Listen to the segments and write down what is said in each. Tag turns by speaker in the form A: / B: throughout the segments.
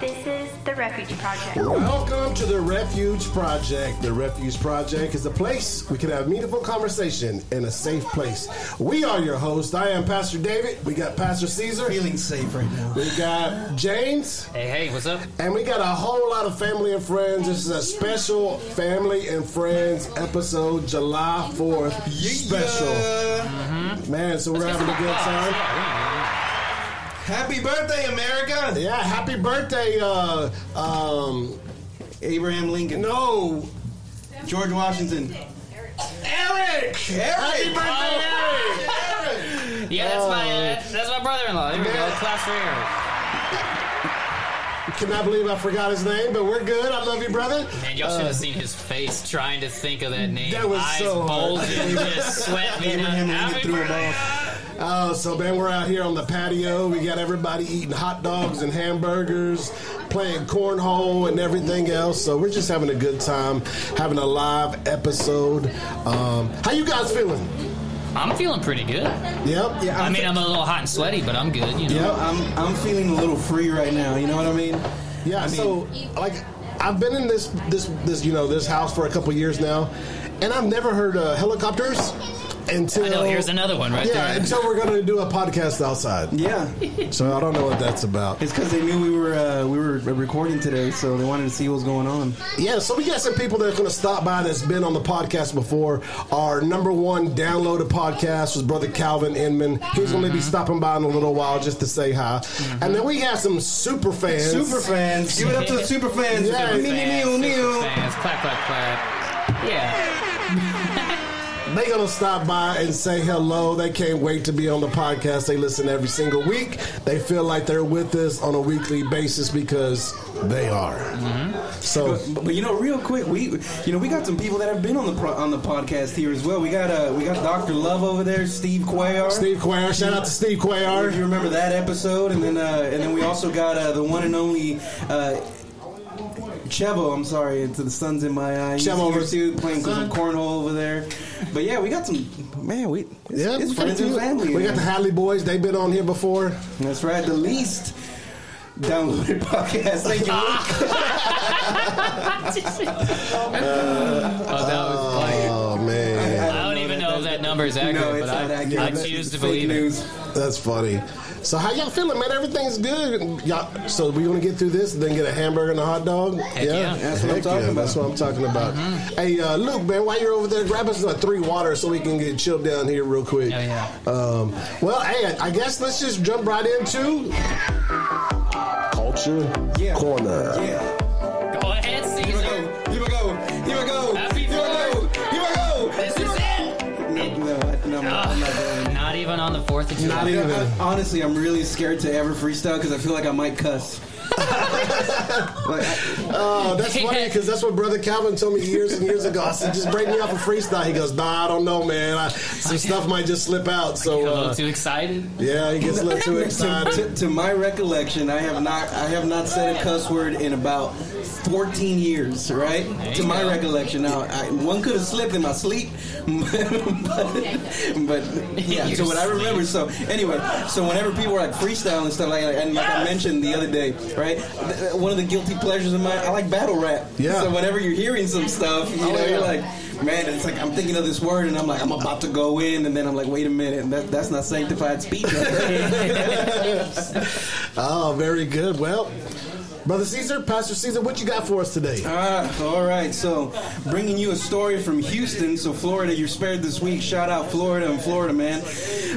A: This is the Refuge Project.
B: Welcome to the Refuge Project. The Refuge Project is a place we can have meaningful conversation in a safe place. We are your host. I am Pastor David. We got Pastor Caesar.
C: Feeling safe right now.
B: We got James.
D: Hey, hey, what's up?
B: And we got a whole lot of family and friends. This is a special family and friends episode, July 4th special. Man, so we're having a good time.
C: Happy birthday, America!
B: Yeah, happy birthday, uh, um,
C: Abraham Lincoln.
B: no,
C: George Washington.
B: Eric! Happy birthday, Eric!
D: Yeah, that's my uh, that's, that's my brother-in-law. Here we go, class for Eric.
B: Cannot believe I forgot his name, but we're good. I love you, brother. Uh,
D: Man, y'all should have seen his face trying to think of that name.
B: That was
D: Eyes
B: so hard.
D: bulging, just sweat being out.
C: Abraham Lincoln
D: Happy
C: threw him
D: birthday.
C: off.
B: Uh, so, man, we're out here on the patio. We got everybody eating hot dogs and hamburgers, playing cornhole and everything else. So, we're just having a good time, having a live episode. Um, how you guys feeling?
D: I'm feeling pretty good.
B: Yep. Yeah.
D: I mean, I'm a little hot and sweaty, but I'm good. You know.
B: Yep.
C: I'm, I'm feeling a little free right now, you know what I mean?
B: Yeah,
C: I mean-
B: so like I've been in this this this you know this house for a couple years now, and I've never heard uh, helicopters until.
D: I know. Here's another one right
B: Yeah,
D: there.
B: until we're gonna do a podcast outside.
C: Yeah.
B: So I don't know what that's about.
C: It's because they knew we were uh, we were recording today, so they wanted to see what was going on.
B: Yeah, so we got some people that are gonna stop by that's been on the podcast before. Our number one downloaded podcast was Brother Calvin Inman. He's gonna
C: Mm-hmm.
B: be stopping by in a little while just to say hi. And then we have some super fans.
C: Super fans, give it up to the super fans.
B: Yeah.
C: Meow,
D: Fans,
C: meow, meow,
D: super
C: meow.
D: fans, clap, clap, clap. Yeah.
B: They gonna stop by and say hello. They can't wait to be on the podcast. They listen every single week. They feel like they're with us on a weekly basis because they are.
C: Mm-hmm.
B: So
C: But, but you know, real quick, we you know we got some people that have been on the pro, on the podcast here as well. We got uh we got Doctor Love over there, Steve Cuellar.
B: Steve Cuellar, shout out to Steve
C: If you
B: Cuellar.
C: remember that episode, and then uh, and then we also got uh, the one and only uh, Chevo. I'm sorry, to the sun's in my eye. He's
B: Chevo
C: here
B: was-
C: too, playing some cornhole over there. But yeah, we got some man. We it's,
B: Yeah,
C: it's friends and
B: we-
C: family.
B: We got the Hadley boys. They've been on here before.
C: that's right. The least downloaded podcast. Thank you. Luke.
D: Oh, that was funny.
B: Oh man,
D: I don't even know if that number is accurate,
C: No, it's
D: but
C: not
D: I,
C: accurate.
D: I
C: That's
D: choose to
C: fake
D: believe it.
C: news.
B: that's funny. So how y'all feeling, man? Everything's good. Y'all, so we gonna get through this, then get a hamburger and a hot dog.
D: yeah. Mm-hmm.
C: That's what I'm
B: Heck
C: talking about.
B: That's what I'm talking about. Hey, uh, Luke, man, while you're over there, grab us uh, three water so we can get chilled down here real quick.
D: Oh, yeah.
B: Um, well, hey, I- I guess let's just jump right into culture
C: Yeah.
B: corner.
C: Yeah.
D: Go ahead,
C: Here we
D: Caesar.
C: go. Here we go. Here we go.
D: Happy
C: Here we go. Here we go.
D: This is it.
C: No, no, no, I'm not- I'm not doing it.
D: Not even on the Fourth of
B: Not
D: July.
B: even.
C: I- I- honestly, I'm really scared to ever freestyle because I feel like I might cuss. like, I,
B: Oh, that's funny because that's what Brother Calvin told me years and years ago. I said, just break me off a freestyle. He goes, Nah, I don't know, man. I, some stuff might just slip out.
D: A
B: So
D: little
B: uh,
D: too excited.
B: yeah, he gets a little too
C: to,
B: excited.
C: to- to my recollection, I have not I have not said a cuss word in about 14 years. Right? To
D: you
C: my
D: go.
C: recollection, now I, one could have slipped in my sleep, but, but yeah.
D: Your
C: so what I remember.
D: sleep.
C: So anyway, so whenever people were like freestyle and stuff like that, and like I mentioned the other day, right? th- th- One of the guilty pleasures of mine, I like battle rap.
B: Yeah.
C: So whenever you're hearing some stuff, you
B: Oh,
C: know, you're
B: yeah.
C: like. Man, it's like I'm thinking of this word, and I'm like, I'm about to go in, and then I'm like, wait a minute, that, that's not sanctified speech.
B: Oh, very good. Well, Brother Caesar, Pastor Caesar, what you got for us today?
C: Ah, all right. So, bringing you a story from Houston. So, Florida, you're spared this week. Shout out Florida and Florida, man.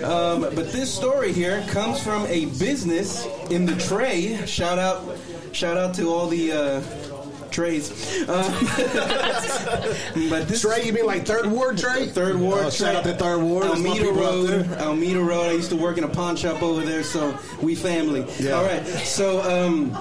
C: Um, but this story here comes from a business in the tray. Shout out, shout out to all the uh, trays. Uh, but this
B: Trey, you mean like Third Ward Trey?
C: Third Ward.
B: Oh, shout
C: Trey-
B: out to Third Ward. There's my
C: Alameda
B: people out
C: Road.
B: there.
C: Alameda Road. I used to work in a pawn shop over there, so we family.
B: Yeah.
C: All right. So um,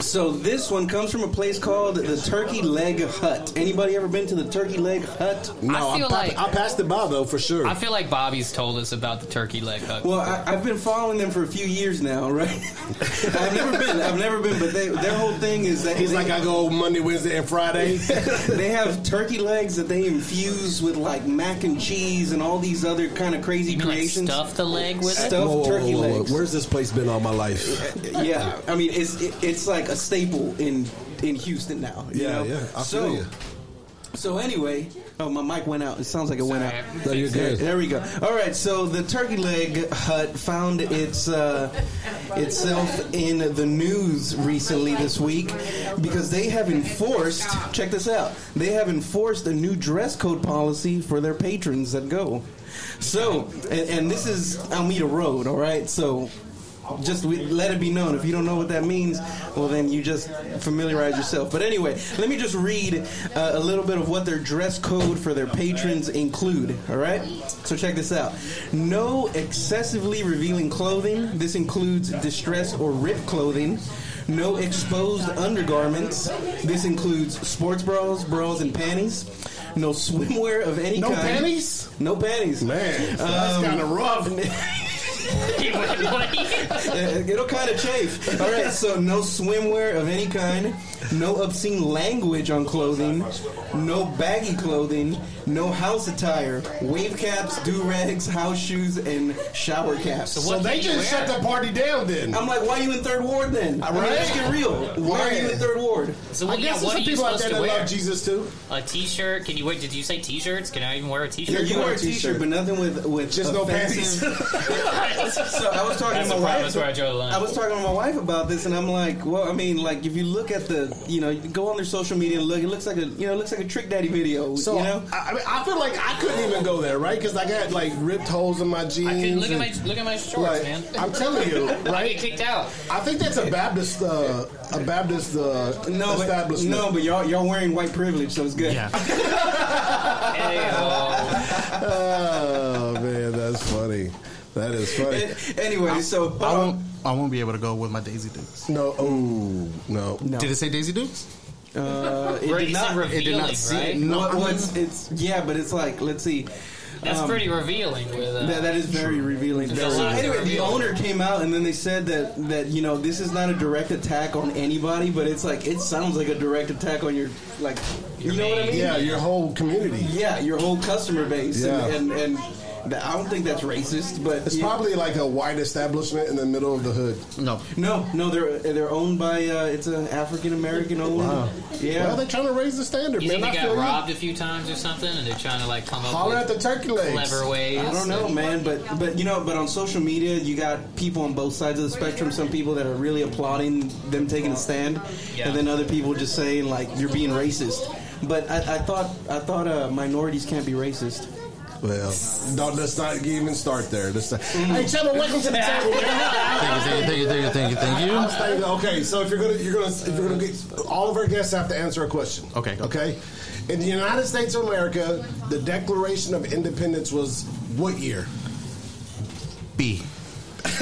C: So this one comes from a place called the Turkey Leg Hut. Anybody ever been to the Turkey Leg Hut?
B: No, I,
D: feel
B: pa-
D: like-
B: I passed it by though for sure.
D: I feel like Bobby's told us about the turkey leg hook.
C: Well, I, I've been following them for a few years now, right? I've never been. I've never been, but they, their whole thing is that
B: He's
C: they,
B: like, I go Monday, Wednesday, and Friday.
C: they have turkey legs that they infuse with like mac and cheese and all these other kind of crazy
D: You mean, like
C: creations.
D: stuff the leg with it?
C: Stuff- Stuffed turkey legs.
B: Where's this place been all my life?
C: yeah, I mean it's it, it's like a staple in in Houston now. you
B: Yeah,
C: know?
B: yeah, I
C: so,
B: feel you.
C: So anyway, oh my mic went out. It sounds like it went out.
B: No, you're good.
C: There we go. All right, so the turkey leg hut found its uh, itself in the news recently this week because they have enforced. Check this out. They have enforced a new dress code policy for their patrons that go. So, and, and this is Almeida Road. All right, so. Just we, let it be known. If you don't know what that means, well, then you just familiarize yourself. But anyway, let me just read uh, a little bit of what their dress code for their patrons include. All right, so check this out: no excessively revealing clothing. This includes distressed or ripped clothing. No exposed undergarments. This includes sports bras, bras, and panties. No swimwear of any
B: No
C: kind.
B: panties?
C: No panties.
B: Man, that's kind of rough.
C: Uh, It'll kind of chafe. All right, so no swimwear of any kind, no obscene language on clothing, no baggy clothing, no house attire, wave caps, do rags, house shoes, and shower caps.
B: So
D: What
B: they
D: can you
B: just
D: wear?
B: shut the party down then.
C: I'm like, why are you in third ward then? I mean,
B: Right?
C: let's get real. Why are you in third ward?
D: So
B: I
D: what, yeah,
B: guess
D: what
B: there's
D: are
B: some
D: you
B: people out
D: supposed
B: there
D: to
B: that
D: wear?
B: love Jesus too.
D: A t-shirt? Can you wear? Did you say t-shirts? Can I even wear a
C: Yeah,
D: t-shirt?
C: you wear a t-shirt, but nothing with with
B: Just no
C: offensive- so I was talking
D: That's
C: to my
D: the problem,
C: wife.
D: that's where I draw the line.
C: I was talking to my wife about this, and I'm like, well, I mean, like if you look at the, you know, you go on their social media and look, it looks like a, you know, it looks like a trick daddy video.
B: So
C: you know,
B: I, I mean, I feel like I couldn't even go there, right? Because I got like ripped holes in my jeans.
D: I can look at my
B: and-
D: look at my shorts,
B: like,
D: man.
B: I'm telling you,
D: I
B: right?
D: get kicked out.
B: I think that's a Baptist, uh, a Baptist uh,
C: no, but,
B: establishment.
C: no, but y'all y'all wearing white privilege, so it's good.
D: Hey, oh.
B: oh man, that's funny. That is funny.
C: A- Anyway, so
E: I won't. I won't be able to go with my Daisy Dukes.
B: No, oh no.
E: Did it say Daisy Dukes?
C: uh, it
D: Right,
C: did
D: it's not
C: not.
D: revealing,
E: it did not see-
D: right?
E: no,
C: well,
E: I mean-
C: it's, it's yeah, but it's like let's see.
D: That's pretty revealing. With uh,
C: That, that is very revealing.
D: There's a
C: So
D: lot of
C: anyway, the
D: revealing.
C: owner came out and then they said that that you know this is not a direct attack on anybody, but it's like it sounds like a direct attack on your like you know what I mean?
B: Yeah, your whole community.
C: Yeah, your whole customer base.
B: Yeah.
C: And, and, and th- I don't think that's racist, but
B: It's
C: you-
B: probably like a white establishment in the middle of the hood.
E: No.
C: no, no, they're they're owned by uh, it's an African American owned. Yeah.
B: Well, they're trying to raise the standard,
D: you
B: man.
D: think
B: I
D: they
B: feel
D: got
B: you.
D: robbed a few times or something, and they're trying to like come up
B: Holler
D: with
B: at the turkey legs.
D: clever ways?
C: I don't know, man, but but you know, but on social media, you got people on both sides of the spectrum. Some people that are really applauding them taking a stand,
D: Yeah.
C: and then other people just saying like you're being racist. But I, I thought I thought uh, minorities can't be racist.
B: Well, don't, let's not even start there. Let's not- Hey, Chubba, welcome to the table.
E: Thank you. Thank you. Thank you. Thank you. Thank you. Thank you.
B: Thank you. Okay, so if you're gonna you're gonna if you're gonna get all of our guests have to answer a question.
E: Okay, go.
B: Okay. In the United States of America, the Declaration of Independence was what year?
E: B.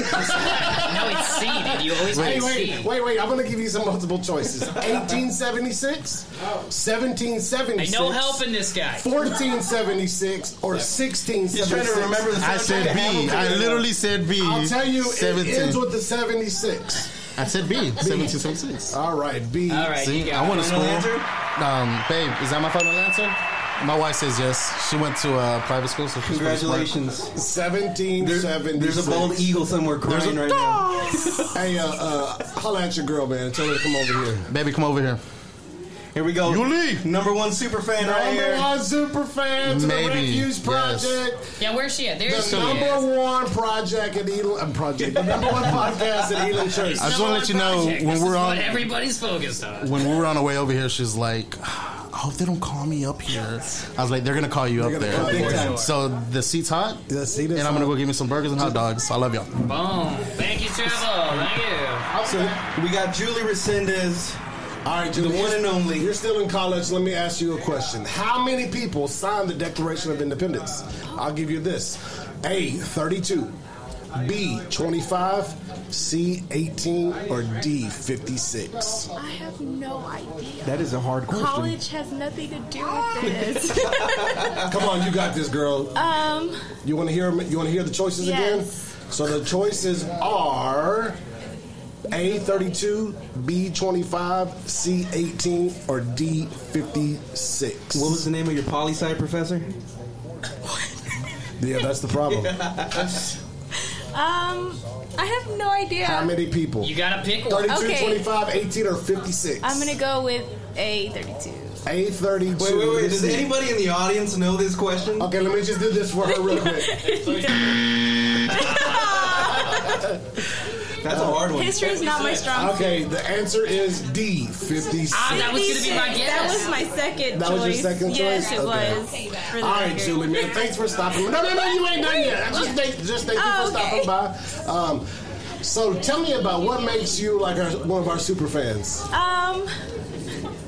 D: No, it's C. Dude. You always
B: Wait,
D: wait,
B: wait, wait, wait. I'm going to give you some multiple choices. 1876, 1776.
D: no help in this guy.
B: 1476 or 1676.
C: He's trying to remember the
E: I said B. I literally said B.
B: I'll tell you,
E: Seventeen.
B: it ends with the 76.
E: I said B. Seventeen seventy-six.
B: All right, B.
D: All right, you
E: See,
D: got
E: I want
D: it.
E: to score.
C: Final answer?
E: Um, babe, is that my final answer? My wife says yes. She went to uh, private school, so she's pretty smart.
C: Congratulations.
B: 1776.
C: There's, there's a bald
E: E.
C: eagle somewhere
E: There's
C: crying
E: a-
C: right now.
B: Hey, uh, uh, holla at your girl, man. Tell her to come over here.
E: Baby, come over here.
C: Here we go.
E: You leave.
C: Number one super fan right
B: Number
C: here.
B: one super fan to the
E: Maybe,
B: Refuge
E: yes.
B: Project.
D: Yeah, where's she at? There's
B: The
D: she
B: number
D: is.
B: one project at Elon um, project. The number one podcast at Elon Church.
E: I just want to let you know
D: Project.
E: when
D: This
E: we're
D: is
E: on
D: what everybody's focused on.
E: when we were on our way over here, she's like, "I hope they don't call me up here." I was like, "They're gonna call you
B: They're
E: up
B: gonna call
E: there."
B: you
E: Big
B: up.
E: time. So the seat's hot,
B: The seat is
E: and I'm gonna
B: hot.
E: go give me some burgers and hot dogs. I love y'all.
D: Boom. Thank you, Trevor. Thank you.
C: So we got Julie Resendez.
B: All right, Julie,
C: The one and only.
B: You're still in college. Let me ask you a question. How many people signed the Declaration of Independence? I'll give you this: A, 32; B, 25, C, 18, or D, 56?
F: I have no idea.
C: That is a hard question.
F: College has nothing to do with this.
B: Come on, you got this, girl.
F: um,
B: You want to hear? 'em- You want to hear the choices again?
F: Yes.
B: So the choices are A thirty-two, B twenty-five, C eighteen, or D fifty-six.
C: What was the name of your poli sci professor?
B: yeah, that's the problem.
F: um, I have no idea.
B: How many people?
D: You gotta pick one.
B: 32,
F: Okay.
B: 25, 18, or 56?
F: I'm gonna go with a 32.
B: A 32.
C: Wait, wait, wait. Does anybody in the audience know this question?
B: Okay, let me just do this for her real quick.
C: That's a hard one.
F: History is not my strong.
B: Okay, the answer is D, 56.
D: Ah, that was gonna be my
F: 56.
D: guess.
F: That was my second
B: That
F: choice.
B: was your second
F: Yes,
B: choice?
F: it
B: Okay.
F: was. For the
B: All right,
F: record.
B: Julie, man. Thanks for stopping. No, no, no, you ain't done yet. Just thank, just thank you
F: Oh,
B: for
F: okay.
B: stopping by. Um, so tell me about what makes you like our, one of our super fans.
F: Um,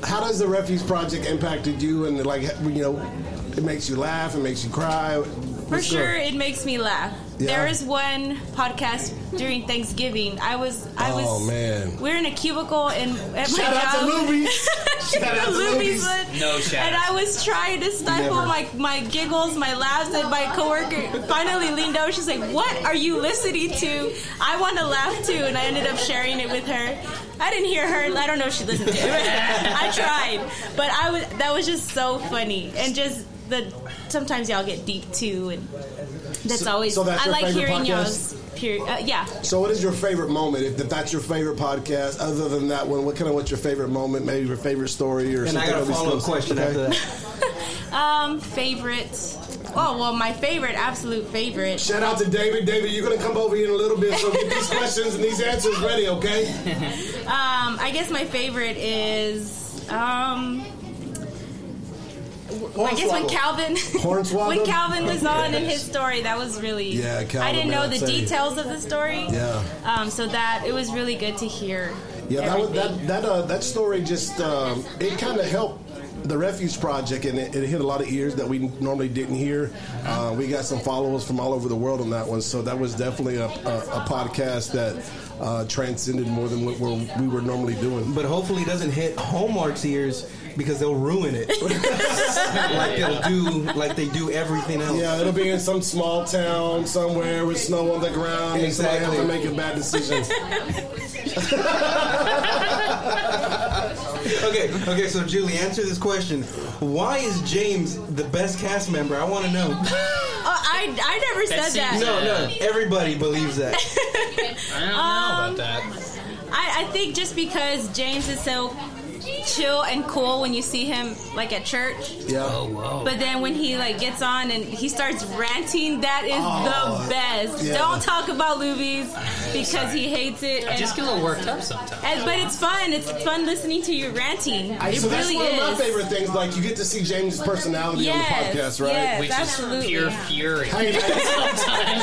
B: How does the Refuge Project impacted you? And like, you know, it makes you laugh, it makes you cry.
F: for
B: What's
F: sure,
B: up?
F: it makes me laugh.
B: Yeah.
F: There is one podcast during Thanksgiving. I was, I was.
B: Oh, man.
F: We're in a cubicle in at
B: Shout
F: my
B: out to
F: job.
B: Luby's. Shout out to
F: Luby's
B: Luby's.
F: one.
D: No shout
F: And I was trying to stifle
B: Never.
F: my, my giggles, my laughs, and my coworker finally leaned over. She's like, What are you listening to? I want to laugh too. And I ended up sharing it with her. I didn't hear her. I don't know if she listened to it. I tried. But I was, that was just so funny. And just the sometimes y'all get deep too. And that's
B: So-
F: always,
B: so that's
F: I
B: your
F: like
B: favorite
F: hearing
B: podcast?
F: y'all's. Pure, uh, yeah.
B: So, what is your favorite moment? If, if that's your favorite podcast, other than that one, what kind of what's your favorite moment? Maybe your favorite story or
C: And
B: something.
C: I got a
B: that we
C: follow up
B: still-
C: question
B: Okay.
C: after that.
F: Um, favorites. Oh, well, my favorite, absolute favorite.
B: Shout out to David. David, you're gonna come over here in a little bit, so get these questions and these answers ready, okay?
F: Um, I guess my favorite is. Um, I guess when
B: Hornswoggle.
F: Calvin
B: Hornswoggle?
F: when Calvin was on in his story, that was really
B: Yeah, Calvin,
F: I didn't know
B: man,
F: the
B: I'll tell you.
F: details of the story.
B: Yeah.
F: Um, so that it was really good to hear.
B: Yeah, that was,
F: everything.
B: that that uh, that story just um, it kind of helped the Refuge Project, and it, it hit a lot of ears that we normally didn't hear. Uh, we got some followers from all over the world on that one, so that was definitely a, a, a podcast that uh, transcended more than what we're, we were normally doing.
C: But hopefully it doesn't hit Hallmark's ears because they'll ruin it. like they'll do like they do everything else.
B: Yeah, it'll be in some small town somewhere with snow on the ground, and
C: Exactly.
B: somebody has to make a bad decision.
C: Okay, okay, so Julie, answer this question. Why is James the best cast member? I wanna know.
F: Oh, I I never
D: That
F: said that.
D: seems-
C: No, no, everybody believes that.
D: I don't know about
F: Um,
D: that.
F: I, I think just because James is so chill and cool when you see him like at church,
B: Yeah.
D: Oh, Whoa.
F: But then when he like gets on and he starts ranting, that is
B: Oh,
F: the best.
B: yeah.
F: Don't talk about Luby's because he hates it.
D: I
F: And,
D: just get a little worked up sometimes.
F: and- but it's fun. It's fun listening to you ranting.
B: I-
F: it
B: so that's
F: really
B: one of my
F: is.
B: favorite things. Like you get to see James' personality on
F: Yes,
B: the podcast, right?
F: yes.
D: Which
F: Absolutely.
D: is pure fury.
B: Hey, man,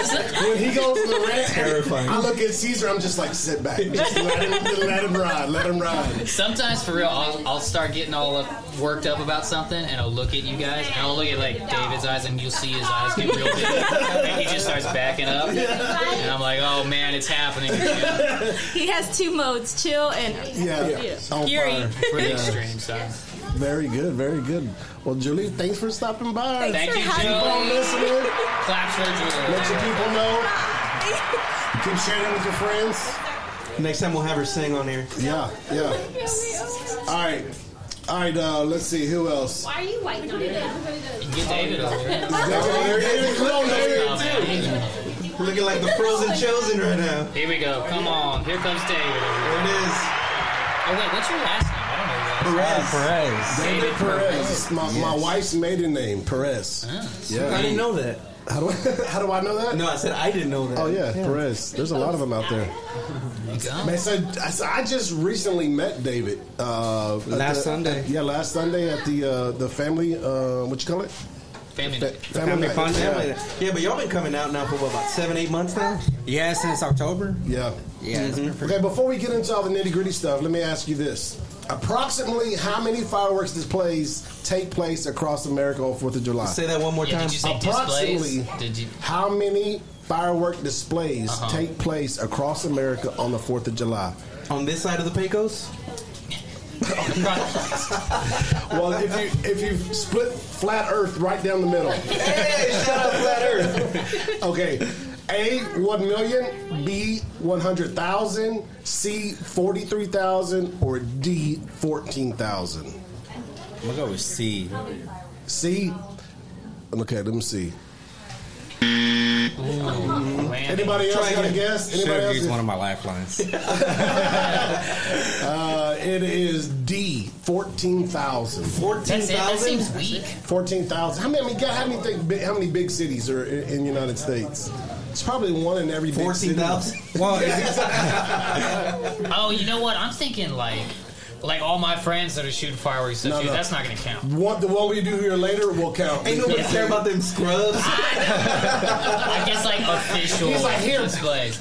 D: Sometimes.
B: when he goes to the rant,
C: Terrifying.
B: I look at Caesar. I'm just like, sit back, just let him, let him ride, let him ride.
D: Sometimes, for real, I'll, I'll start getting all up, worked up about something, and I'll look at you guys, and I'll look at like David's eyes, and you'll see his eyes get real big, and he just starts backing up, and I'm like, oh man, it's happening. again."
F: He has two modes: chill and
B: Yeah,
F: Yeah.
B: on
F: Fury.
B: fire.
D: Pretty extreme, son.
B: Very good, very good. Well, Julie, thanks for stopping by.
D: Thank
F: for
D: you,
F: having
B: Keep on
D: Joe.
B: listening.
D: Claps for Julie.
B: Let your people know. Keep sharing with your friends.
C: Next time we'll have her sing on air.
B: Yeah, yeah. All right, all right. Uh, let's see who else.
G: Why are you white on it?
D: Get David over here.
B: Is David here? David, come on, David.
D: Oh, man.
C: Looking like the frozen chosen right now.
D: Here we go. Come on. Here comes David. over here.
C: There it is.
D: Oh wait, what's your last name? I don't know.
C: Perez.
E: Perez.
B: David
D: David
B: Perez. My, my wife's maiden name, Perez.
C: Ah, I
B: Yeah.
C: didn't know that.
B: How do I, how do I know that?
C: No, I said I didn't know that.
B: Oh yeah, Perez. There's a lot of them out there.
D: what that is.
B: Man, so, so I just recently met David uh, at
C: Last
B: the-
C: Sunday.
B: yeah, last Sunday at the uh, the family. Uh, what you call it?
D: Family.
B: Fa-
C: Family
B: night.
C: fun family.
B: Yeah.
C: Yeah, but y'all been coming out now for what about seven, eight months now? Mm-hmm.
H: Yeah, since October.
B: yeah.
H: Yeah, it's been pretty-
B: Okay, before we get into all the nitty gritty stuff, let me ask you this: Approximately how many fireworks displays take place across America on Fourth of July?
C: Say that one more
D: Yeah,
C: time.
D: did you say
B: Approximately.
D: displays? Did you? Uh-huh.
B: How many firework displays take place across America on the Fourth of July?
C: On this side of the Pecos?
B: Well, if you if you split flat Earth right down the middle,
C: Hey, shout out Flat Earth.
B: okay. A one million, B one hundred thousand, C forty three thousand, or D fourteen thousand.
H: I'm gonna go with Oh, C.
B: C. Okay, let me see.
D: Landon.
B: Anybody else
C: Try
B: got a
C: again.
B: guess?
H: Should
B: Anybody
H: have
B: else?
H: used one
B: got-
H: of my lifelines.
B: Uh, it is D fourteen thousand.
D: That's it. That
C: 14,000?
D: seems weak.
B: Fourteen thousand. How many? I mean, God, how many? Think, big- how many big cities are in, in the United States? It's probably one in every big city.
C: 14,000?
H: well, is it,
D: Oh, you know what? I'm thinking like, like all my friends that are shooting fireworks. and
B: No,
D: stuff, dude,
B: no.
D: That's not gonna count.
B: What the what we do here later will count.
C: Ain't nobody care about them scrubs.
D: Ah. I guess like official
B: He's like here,
D: displays.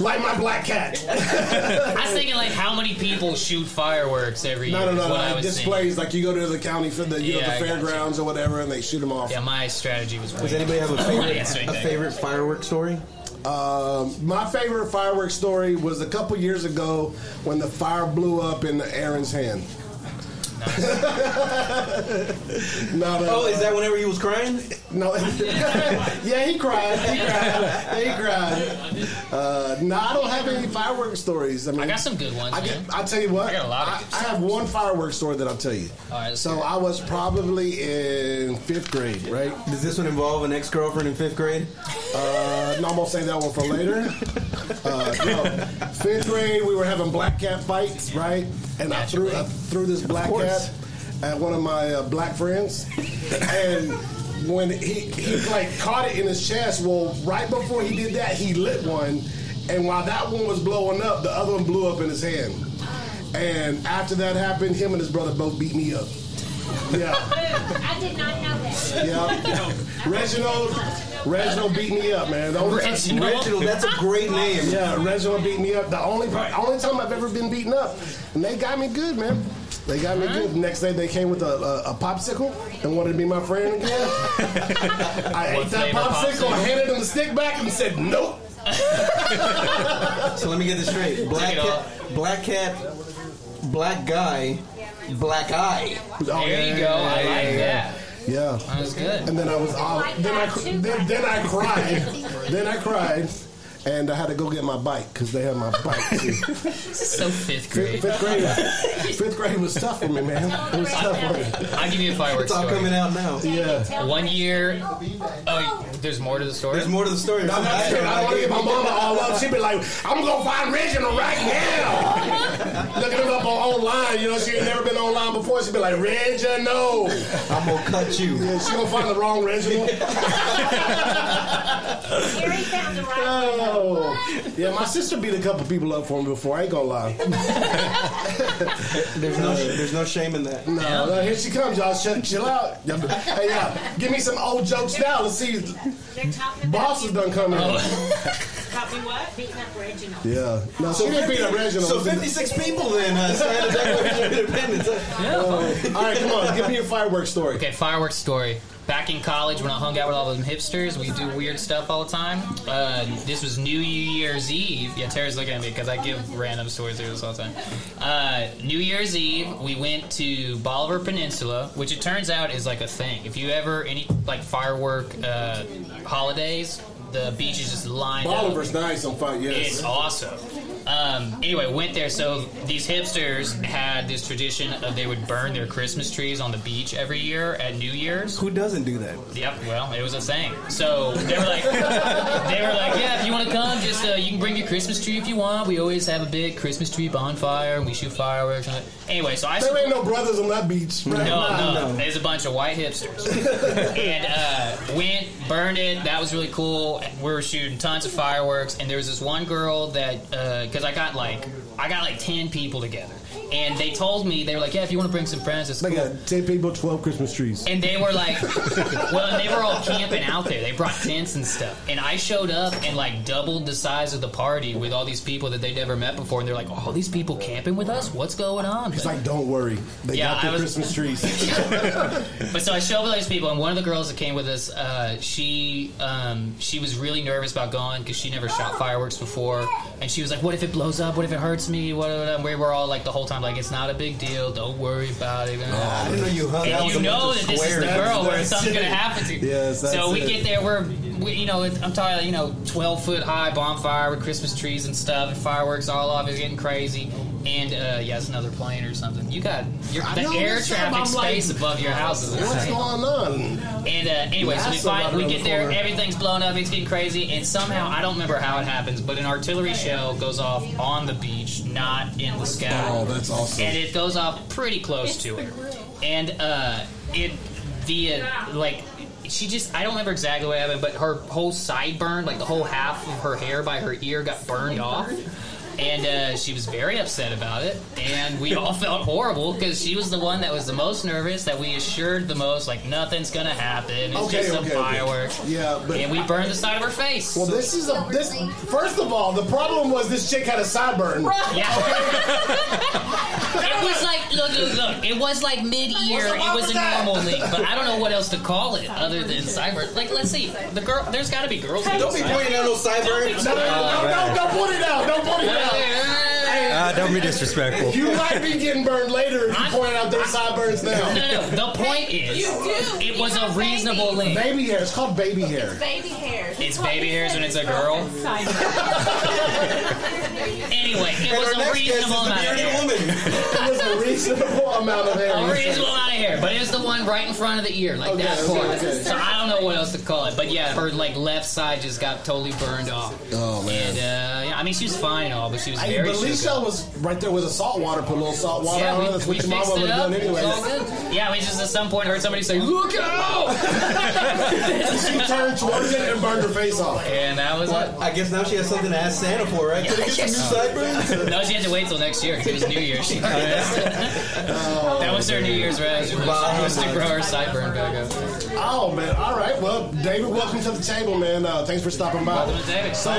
B: like my black cat.
D: I was thinking like how many people shoot fireworks every
B: No,
D: year.
B: no,
D: is
B: no,
D: what I
B: no.
D: was
B: Displays like you go to the county for the you
D: Yeah, I
B: know the
D: got you.
B: fairgrounds or whatever, and they shoot them off.
D: Thinking. Yeah, my strategy was.
C: Does anybody
D: Oh,
C: have a favorite,
D: Answering
C: a
D: thing.
C: favorite firework story?
B: Um, my favorite fireworks story was a couple years ago when the fire blew up in Aaron's hand. Not a,
C: Oh, is that whenever you was crying?
B: No. yeah, he cried. He cried. He cried. Uh, no, I don't have any fireworks stories. I mean,
D: I got some good ones.
B: I
D: man.
B: get, I tell you what,
D: I got a lot of good
B: I, I have one fireworks story that I'll tell you.
D: All right, let's
B: so
D: hear it.
B: I was probably in fifth grade, right?
C: Does this one involve an ex girlfriend in fifth grade?
B: Uh, no, I'm gonna save that one for later. Uh, no. Fifth grade, we were having black cat fights, right? And I threw I threw this black
C: course.
B: cat at one of my uh, black friends, and when he he like caught it in his chest. Well, right before he did that, he lit one, and while that one was blowing up, the other one blew up in his hand. And after that happened, him and his brother both beat me up. Yeah.
G: I did not know that.
B: Yeah. Reginald, Reginald beat me up, man. The only-
D: Reginald?
C: Reginald, that's a great name.
B: Yeah, Reginald beat me up. The only only time I've ever been beaten up, and they got me good, man. They got me good. Next day, they came with a, a, a popsicle and wanted to be my friend again. I
D: What
B: ate that
D: flavor
B: popsicle,
D: popsicle?
B: handed them the stick back, and said, "Nope."
C: So let me get this straight. Black
D: it
C: cat, black cat, black guy, black eye.
B: Oh,
D: There you go. I like that.
B: Yeah.
D: That was good.
B: And then I was all then I cr- then, then I cried, then I cried, and I had to go get my bike because they had my bike too.
D: So fifth
B: Fifth,
D: grade.
B: fifth grade, fifth grade was tough for me, man. It was tough for me.
D: I'll give you a fireworks
C: It's all
D: story.
C: coming out now.
B: Yeah.
D: One year. Oh, there's more to the story.
C: There's more to the story.
B: I'm not sure. I don't want to get my mama all up. She'd be like, I'm going to find Reginald right now. Looking him up on online. You know, she had never been online before. She'd be like, Reginald.
C: I'm gonna cut you.
B: Yeah, she going to find the wrong Reginald.
G: Gary found the right one.
B: Oh. Yeah, my sister beat a couple people up for me before. I ain't going to lie.
C: There's no, there's no shame in that.
B: No, no, here she comes, y'all. Shut, chill out. Y'all be- Hey, y'all, give me some old jokes now. Let's see.
G: They're talking about
B: Boss is done coming.
G: Oh. probably what? Beating up Reginald.
B: Yeah. No, she didn't beat up Reginald.
C: So 56 people then uh, signed the Declaration of Independence. huh?
B: All right, come on. Give me your fireworks story.
D: Okay, fireworks story. Back in college, when I hung out with all them hipsters, we do weird stuff all the time. Uh, this was New Year's Eve. Yeah, Tara's looking at me because I give random stories like this all the time. Uh, New Year's Eve, we went to Bolivar Peninsula, which it turns out is like a thing. If you ever any like firework uh, holidays, the beach is just lined up.
B: Oliver's nice on fire.
D: It's
B: Yes.
D: awesome. Um, anyway, went there. So these hipsters had this tradition of they would burn their Christmas trees on the beach every year at New Year's.
C: Who doesn't do that?
D: Yep. Well, it was a thing. So they were like, they were like, yeah, if you want to come, just uh, you can bring your Christmas tree if you want. We always have a big Christmas tree bonfire and we shoot fireworks. And anyway, so I
B: There ain't no brothers on that beach. Right?
D: no,
B: Nah.
D: no, There's a bunch of white hipsters. and uh, went, burned it. That was really cool. We were shooting tons of fireworks. And there was this one girl that, because I got like, I got like 10 people together. And they told me, they were like, yeah, if you want to bring some friends, it's
B: They
D: cool.
B: got 10 people, 12 Christmas trees.
D: And they were like, well, and they were all camping out there. They brought tents and stuff. And I showed up and like doubled the size of the the party with all these people that they never met before, and they're like, "Oh, these people camping with us? What's going on?"
B: It's like, don't worry. They
D: Yeah,
B: got their
D: I was-
B: Christmas trees.
D: But so I show up with all these people, and one of the girls that came with us, uh, she um, she was really nervous about going because she never shot fireworks before, and she was like, "What if it blows up? What if it hurts me? What?" what, what?" And we were all like the whole time, like, "It's not a big deal. Don't worry about it."
C: I didn't know you hung out
D: and
C: with
D: you
C: a bunch
D: know
C: of
D: that this is the
C: squares.
D: girl where
C: That's
D: something's
C: it.
D: gonna happen to. you.
C: Yes, that's
D: so we
C: it.
D: get there, we're we, you know it's, I'm talking you know 12 foot high bonfire with Christmas trees and stuff and fireworks all off. It's getting crazy. And uh, yeah, it's another plane or something. You got your,
B: I
D: the
B: know,
D: air
B: that's something
D: traffic
B: I'm like,
D: space above your house is
B: What's
D: insane.
B: going on?
D: And uh, anyway, so we
B: That's the
D: find
B: rubber
D: we
B: on
D: get
B: the
D: there,
B: floor.
D: everything's blown up, it's getting crazy, and somehow I don't remember how it happens, but an artillery shell goes off on the beach, not in the sky.
B: Oh, that's awesome.
D: And it goes off pretty close to her, and uh, it the uh, like. She just, I don't remember exactly what happened, but her whole side burned, like the whole half of her hair by her ear got burned off. And uh, she was very upset about it. And we all felt horrible because she was the one that was the most nervous, that we assured the most, like, nothing's going to happen. It's
B: Okay,
D: just some
B: okay, okay.
D: fireworks.
B: Yeah, but-
D: And we burned the side of her face.
B: Well, this is a this. First of all, the problem was this chick had a sideburn.
D: Yeah. it was like look, look, look. It was like mid-ear. It was a normal leak, but I don't know what else to call it other than cyber. Like, let's see. The girl. There's got to be girls. in
C: Don't be
D: cyber.
C: pointing out no sideburns.
B: No, no, no, no, don't put it out. Don't put it out.
D: No,
I: Ah, don't be disrespectful.
B: You might be getting burned later if you point out their sideburns now.
D: no, no. The point is, it was a reasonable link.
B: Baby hair. It's called baby hair.
G: Baby hairs.
D: It's baby hairs when it's a girl. Anyway, it was
C: Our
D: a
C: next guest is
D: reasonable
C: the
D: amount of hair.
C: bearded woman.
B: It was a reasonable amount of hair.
D: A reasonable amount of hair, but it was the one right in front of the ear, like
B: Okay,
D: that
B: okay,
D: part.
B: okay.
D: So I don't know what else to call it, but yeah, her like left side just got totally burned off.
B: Oh
D: And uh, yeah, I mean, she was fine and all, but she was
B: Hey,
D: very.
B: but
D: shook
B: Lisa
D: up.
B: was right there with a salt water, put a little salt water
D: Yeah,
B: on
D: we,
B: it. That's
D: we
B: what your
D: fixed
B: mama
D: it
B: would have
D: up.
B: done
D: It was all
B: anyway.
D: good. Yeah, we just at some point heard somebody say, "Look out!"
B: She turned towards it and burned her face off.
D: and that was it.
C: I guess now she has something to ask Santa for, right? Can I get some new sideburns?
D: No, she had to wait till next year because it was New
B: Oh,
D: Year's. She that was her New Year's resolution was to grow her sideburn back up.
B: Oh man! All right. Well, David, welcome to the table, man. Uh, thanks for stopping by.
D: Welcome to David.
B: So,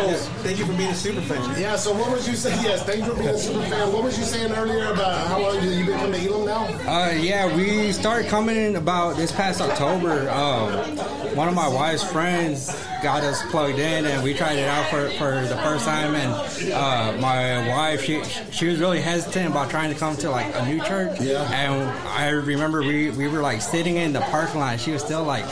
C: Thank you for being a super fan.
B: yeah. So, what was you saying? Yes, thanks for being a super fan. What was you saying earlier about how long you you been coming to Elam now?
J: Uh, yeah, we started coming about this past October. Um, one of my wife's friends got us plugged in, and we tried it out for, for the first time. And uh, my wife, she she was really hesitant about trying to come to like a new church.
B: Yeah.
J: And I remember we, we were like sitting in the parking lot. And she was still like,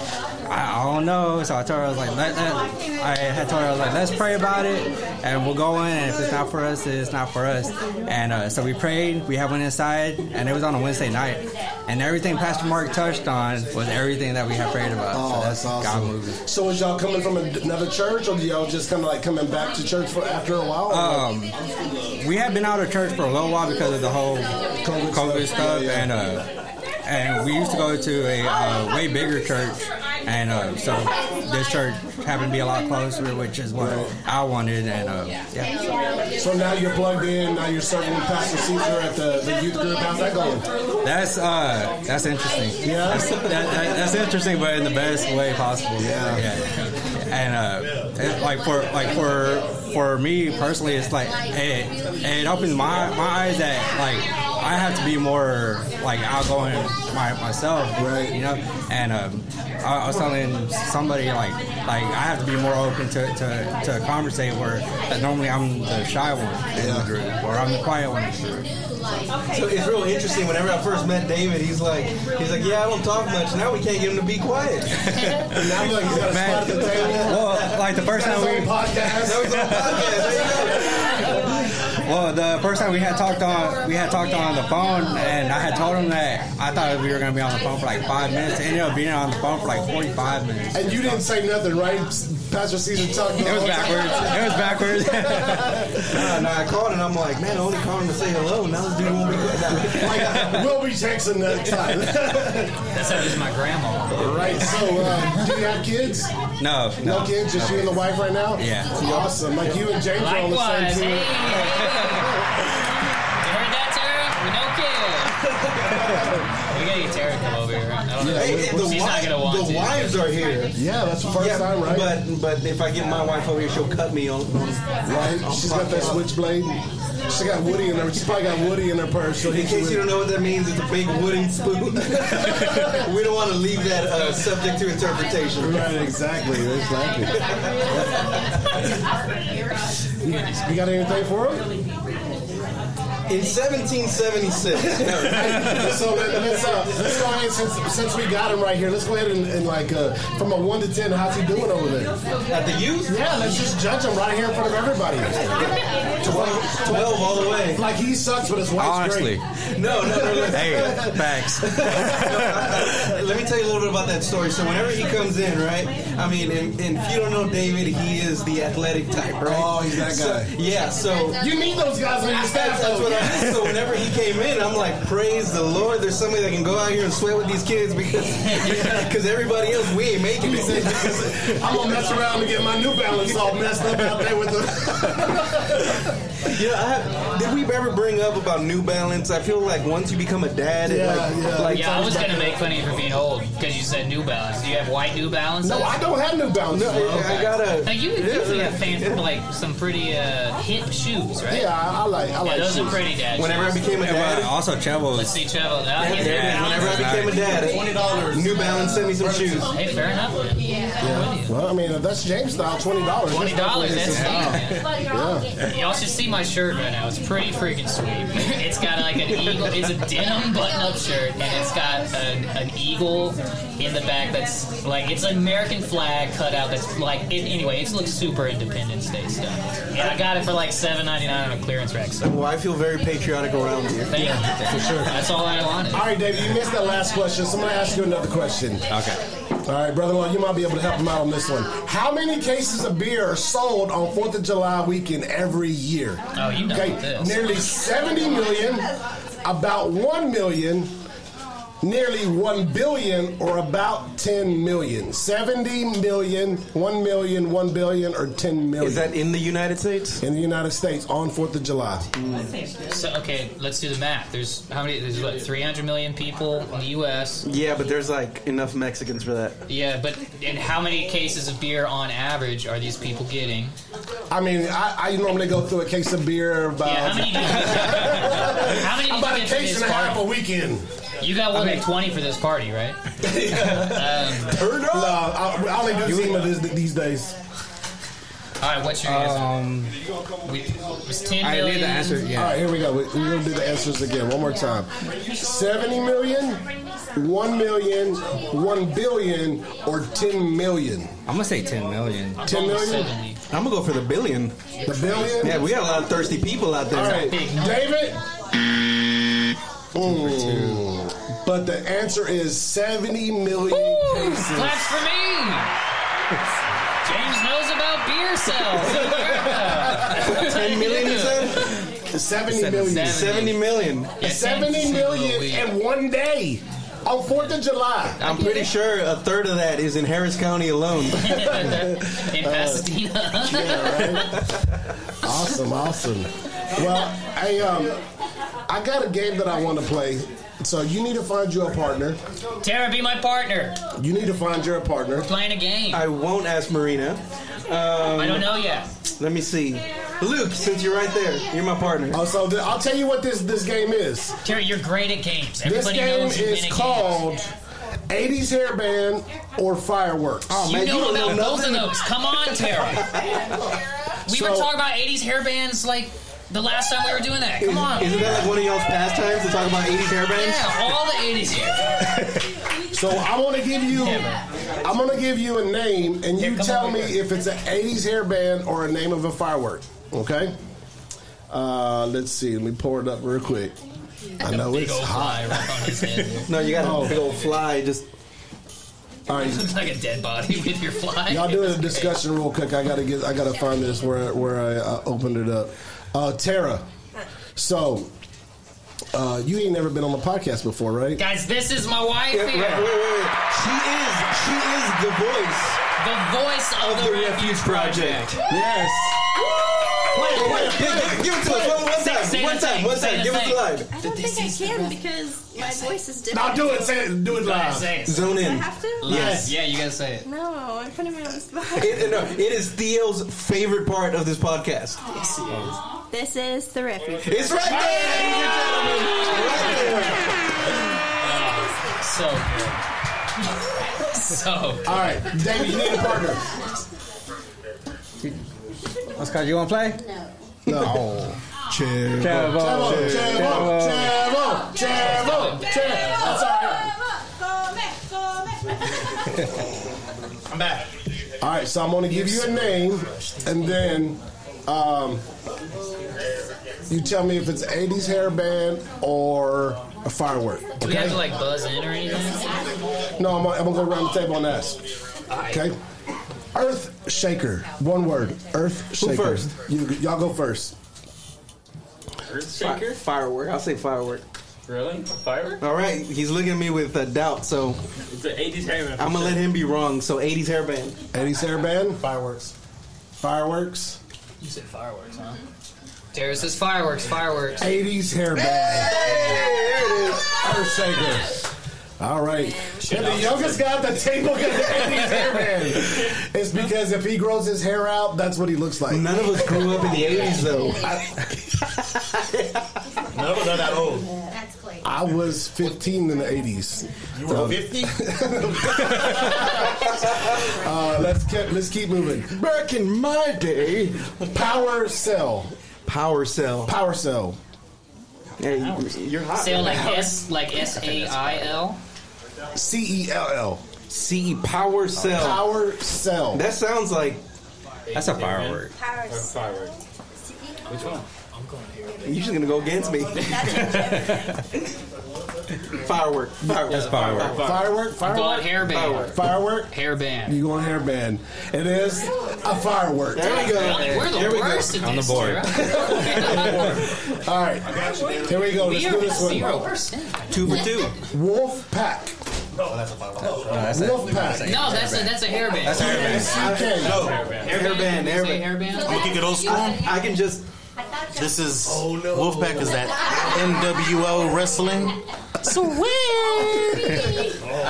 J: I, I don't know. So I told her I was like, let, let, I had told her I was like, let's pray about it, and we'll go in. And if it's not for us, it's not for us. And uh, so we prayed. We had one inside, and it was on a Wednesday night. And everything Pastor Mark touched on was everything that we had prayed about.
B: Oh,
J: so God moving.
B: So, is y'all coming from another church, or y'all just kind of like coming back to church for after a while?
J: Um, we had been out of church for a little while because of the whole COVID,
B: stuff,
J: stuff,
B: yeah, yeah.
J: and uh, and we used to go to a uh, way bigger church, and uh, so this church happened to be a lot closer, which is what I wanted, and uh, yeah.
B: so now you're plugged in. Now you're serving with Pastor Caesar at the, the youth group. How's that going?
J: That's uh, that's interesting.
B: Yeah.
J: that's, that, that, that's interesting, but in the best way possible.
B: Yeah.
J: And uh, it, like for like for for me personally, it's like it it opened my my eyes that like I have to be more like outgoing my, myself,
B: Right.
J: You know, and um, I, I was telling somebody like like I have to be more open to to, to conversate where that normally I'm the shy one in
B: Yeah.
J: the group or I'm the quiet one in the group.
C: So it's real interesting. Whenever I first met David, he's like, he's like, yeah, I don't talk much. Now we can't get him to be quiet.
B: Now look, he's got a
J: Man.
B: spot at the table.
J: Well, like the first
B: Got
J: time
B: his own
J: we,
C: Now
B: podcast.
C: he's on podcast. There you go.
J: well, the first time we had talked on, we had talked on the phone, and I had told him that I thought we were gonna be on the phone for like five minutes. It ended up being on the phone for like forty-five minutes.
B: And you didn't say nothing, right? Pastor Caesar talked.
J: It was backwards. It was backwards.
C: Nah, nah, I called and I'm like, man, I only called him to say hello. Now this dude won't be quiet.
B: Like, we'll be texting that time.
D: That's how it is my grandma.
B: All right. So, uh, do you have kids?
J: no,
B: No,
J: no,
B: kids, just you and the wife right now.
J: Yeah.
B: awesome. Like you and James are on the
D: Likewise.
B: same
D: Hey.
B: team.
D: You heard that, Terry? We don't care. We gotta get Tara to come over here. I don't know.
B: Yeah,
C: Hey, the
D: She's not gonna want
C: wives, the
D: to.
C: wives are here.
B: Yeah, that's the first
C: Yeah,
B: time, right?
C: but but if I get my wife over here, she'll cut me on.
B: right? She's got that switchblade. She got Woody in her. She's probably got Woody in her purse. So
C: In case you don't know what that means, it's a big wooden spoon. we don't want to leave that uh, subject to interpretation.
B: Right, exactly, exactly. You got anything for him?
C: In 1776,
B: so let, us uh, let's go ahead since since we got him right here. Let's go ahead and, and like uh, from a one to ten, how's he doing over there?
C: at the youth,
B: Yeah, let's just judge him right here in front of everybody.
C: 12, 12 all the way.
B: Like he sucks, but his wife's
K: Honestly,
B: great.
C: No, no, no. no.
K: hey, facts.
C: Let me tell you a little bit about that story. So whenever he comes in, right? I mean, and, and if you don't know David, he is the athletic type, right?
B: Oh, he's that guy.
C: So, yeah. So
B: You need those guys on your staff.
C: That's, that's what
B: though.
C: I So whenever he came in, I'm like, praise the Lord. There's somebody that can go out here and sweat with these kids because because everybody else we ain't making it.
B: I'm gonna mess around and get my New Balance all messed up out there with the.
C: You know, I have, did we ever bring up about New Balance? I feel like once you become a dad, it
B: Yeah,
C: like,
B: yeah.
C: like
D: Yeah, I was gonna make fun of you for being old because you said New Balance. Do you have white New Balance?
B: no, I don't have New Balance.
C: No, I gotta.
D: Now you
C: Yeah,
D: usually
C: yeah.
D: have fans for like some pretty uh, hip shoes, right?
B: Yeah, I, I like I
D: Yeah,
B: like
D: those are
B: shoes.
D: pretty dad.
C: Whenever I
D: shoes.
C: became a
K: But
C: dad.
K: also
D: Let's
K: Chevro's.
D: see, Travel. Ah, yeah,
C: There it is. Whenever I became a dad,
B: $20.
C: New Balance sent me some shoes.
D: Hey, fair enough. man.
B: Yeah. Well, I mean, if that's James style, twenty dollars.
D: Twenty dollars. That's sweet. man.
G: But you're all getting
D: Y'all should see my shirt right now. It's pretty freaking sweet. It's got like an eagle. It's a denim button-up shirt, and it's got an, an eagle in the back. That's like it's an American flag cutout. That's like it, anyway. It looks super Independence Day stuff. And I got it for like seven ninety nine on a clearance rack. So
C: Well, I feel very patriotic around here.
D: thank you. For sure. That's all I wanted.
B: All right, David, you missed that last question. So I'm gonna ask you another question.
K: Okay.
B: All right, brother-in-law, you might be able to help him out on this one. How many cases of beer are sold on Fourth of July weekend every year?
D: Oh, you know
B: Okay,
D: this.
B: nearly 70 million, about 1 million, nearly 1 billion, or about 10 million. 70 million, 1 million, 1 billion, or 10 million.
C: Is that in the United States?
B: in the United States on 4th of July?
D: So okay, let's do the math. There's how many? There's what 300 million people in the U.S.
C: Yeah, but there's like enough Mexicans for that.
D: Yeah, but and how many cases of beer on average are these people getting?
B: I mean, I, I normally go through a case of beer about,
D: Yeah, how many? Did you, how many did
B: about a
D: you get for
B: case
D: this
B: and a half a
D: party?
B: weekend.
D: You got one at 20 for this party, right?
B: Heard no, I, I only do Zima this, these days.
D: All right, what's your
K: Um,
D: answer? We, it was 10
K: I
D: million.
K: need the answer.
B: All
K: Yeah.
B: right, here we go. We're going to do the answers again one more time 70 million, 1 million, 1 billion, or 10 million.
K: I'm gonna say 10 million.
B: 10 million?
D: 70.
C: I'm gonna go for the billion.
B: The billion?
C: Yeah, we got a lot of thirsty people out there.
B: All right,
D: big number.
B: David? Mm. But the answer is 70 million cases.
D: Claps for me. James knows about beer cells.
C: 10 million, you said?
B: 70 million.
D: Seven.
C: 70 million.
D: Yeah,
B: 70 million in one day on 4th of July.
C: I'm pretty sure a third of that is in Harris County alone.
D: in
B: Uh,
D: Pasadena.
B: Awesome, awesome. Well, I um, I got a game that I want to play. So you need to find you a partner.
D: Tara, be my partner.
B: You need to find your partner.
D: Playing a game.
C: I won't ask Marina.
D: I
C: Um,
D: don't know yet.
C: let me see. Luke, since you're right there, you're my partner.
B: Oh, so th- I'll tell you what this this game is.
D: Terry, you're great at games.
B: This
D: Everybody
B: game
D: knows you've been
B: is
D: at
B: called
D: games.
B: 80s Hairband or Fireworks.
C: Oh,
D: You
C: man,
D: know
C: you don't
D: about
C: know
D: both of
C: nothing.
D: those. Come on, Tara. we were
B: So-
D: talking about 80s hairbands like the last time we were doing that. Come on.
C: Isn't that like one of y'all's pastimes to talk about 80s hairbands?
D: yeah, all the 80s hairbands.
B: So I want to give you, I'm going to give you a name, and you
D: Here, come
B: tell
D: over
B: me
D: here.
B: if it's an 80s hairband or a name of a firework. Okay. Uh, let's see. Let me pour it up real quick. I know
D: Big
B: it's
D: old
B: hot.
D: fly right on his head.
C: No, you got
B: Oh.
C: a big old fly. Just
B: All right,
D: It's like a dead body with your fly.
B: y'all do a discussion real quick. I gotta get, I gotta find this where where I uh, opened it up. Uh, Tara, so uh, you ain't never been on the podcast before, right?
D: Guys, this is my wife
C: wait, wait, wait,
D: here.
C: wait. She is, she is the voice
D: The voice of,
C: of the Refuge Project.
D: Project.
B: Yes.
C: Give it to us one, one time.
D: Say- say
C: one
D: the
C: time.
D: thing.
C: One
D: Say
C: time.
D: the
C: Give it
D: thing.
C: to live.
F: I don't think I can because my voice is different.
B: Now do it. Say it. Do it live.
D: Say it.
C: Zone
F: I
C: in.
F: have to?
B: Yes.
D: Yeah, you gotta say it.
F: No, I'm putting me on the spot.
C: It, no, it is Theo's favorite part of this podcast.
F: This is the refuge.
C: It's right there, ladies and gentlemen. Right there.
D: So good. So
B: All right, David, you need a partner.
K: Oscar, you want to play?
B: No. Chevo.
K: Chevo.
B: Chevo. Chevo. Chevo. Chevo. That's all right.
H: I'm back.
B: All right, so I'm going to give you a name, and then um, you tell me if it's 80s hair band or a firework.
D: do we have
B: Okay?
D: to like buzz in or anything?
B: No, I'm, gonna- I'm going to go around the table and ask. Okay? Earth shaker. One word. Earth shaker.
C: first?
B: You, y'all go first.
C: Fi- Firework. I'll say firework.
L: Really? Firework?
C: All right, he's looking at me with uh, doubt, so
L: It's an 80s hair
C: I'm gonna let him be wrong. So 80s hairband.
B: 80s hair band. Fireworks. Fireworks.
D: You said fireworks, huh? Darius says fireworks, fireworks.
B: 80s hair band. Earth shaker. All right. And the youngest guy at the table got the 80s hair band. It's because if he grows his hair out, that's what he looks like.
C: None of us grew up in the 80s, though.
H: None of us are that old.
G: That's great.
B: I was 15 in the 80s.
H: You were 50?
B: Uh, let's keep let's keep moving.
C: Back in my day,
B: Power cell,
C: Power Cell.
B: power cell.
C: Hey, you're hot.
D: Sail like S like S A I L.
B: C E L L.
C: See, Power Cell.
B: Power cell.
C: That sounds like
K: That's a firework.
L: Firework. Which one?
C: you're just gonna go against me. firework. Firework.
K: That's firework.
B: Firework.
D: Going
B: Firework.
D: hairband.
B: Firework.
D: Hairband.
B: You going hairband? It is a firework.
C: There we go.
D: We're the
C: There we go.
D: worst at
K: On the
D: this,
K: board.
B: All right, here we go. Let's
D: We
B: do
D: are
B: this
D: zero
B: one.
D: percent.
C: Two for two.
B: Wolf pack.
K: No, that's a,
B: Wolf pack.
D: No, that's a that's a hairband. That's a
B: S U K.
H: No.
C: Hairband.
D: Say
C: Hairband.
D: hairband.
H: I'm gonna kick it old school.
C: I can just.
H: This is Wolfpack is that NWO wrestling. Sweet. I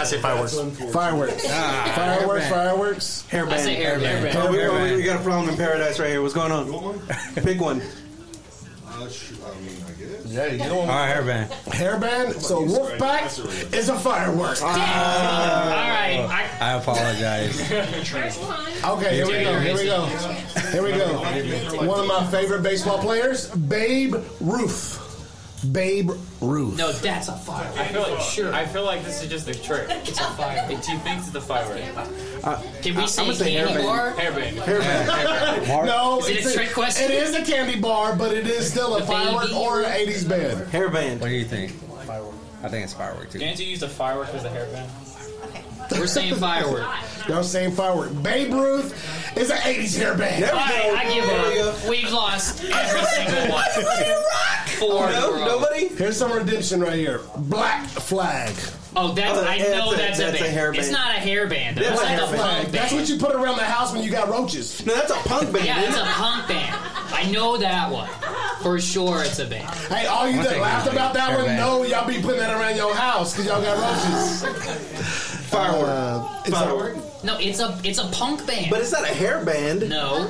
H: say fireworks.
B: Fireworks. Fireworks. Fireworks.
C: Hairband.
D: I say hairband.
C: Oh, we, we- we got a problem in paradise right here. What's going on? Pick one.
B: Yeah, you
K: all
B: don't.
K: right, hairband.
B: Hairband. So wolf pack is a firework.
D: All right. I,
K: I apologize.
B: Okay, here we go. Here we go. Here we go. One of my favorite baseball players, Babe Ruth. Babe Ruth.
D: no, that's a firework.
L: I feel like
D: Sure.
L: I feel like this is just a trick.
D: It's a firework.
L: She thinks it's a firework.
D: Can we say
C: gonna say
D: candy
C: hairband.
D: bar?
L: Hairband.
B: No,
D: Is it a
B: it's
D: trick question?
B: It is a candy bar, but it is still a
D: The
B: firework
D: baby
B: or an
D: Ruth?
B: '80s band.
K: What
C: Hairband.
K: do you think? Firework. I think it's firework too.
L: Can't you use a firework as a hairband?
D: We're saying firework.
B: Y'all saying firework? Babe Ruth is an '80s hair band.
D: All right, I give
C: There
D: up. We've lost every single one. Four. in a
C: No,
D: row.
C: nobody.
B: Here's some redemption right here. Black flag.
D: Oh, that's,
C: Oh,
D: I
C: that's
D: know
C: a-
D: that's,
C: that's a
D: a band.
C: hairband.
D: It's not a hairband. Though. It's
C: That's a
D: like a
C: hairband.
D: punk
B: Flag. That's
D: band.
B: what you put around the house when you got roaches.
C: No, that's a punk band.
D: Yeah,
C: isn't
D: it's
C: it?
D: a punk band. I know that one. For sure, it's a band.
B: Hey, all you
K: One
B: that
K: thing,
B: laughed
K: one
B: about
K: thing.
B: that one,
K: Hairband.
B: no, y'all be putting that around your house because y'all got roaches.
C: Firework.
B: Uh, it's a-
C: Firework.
D: No, it's a it's a punk band.
C: But it's not a hairband.
D: no,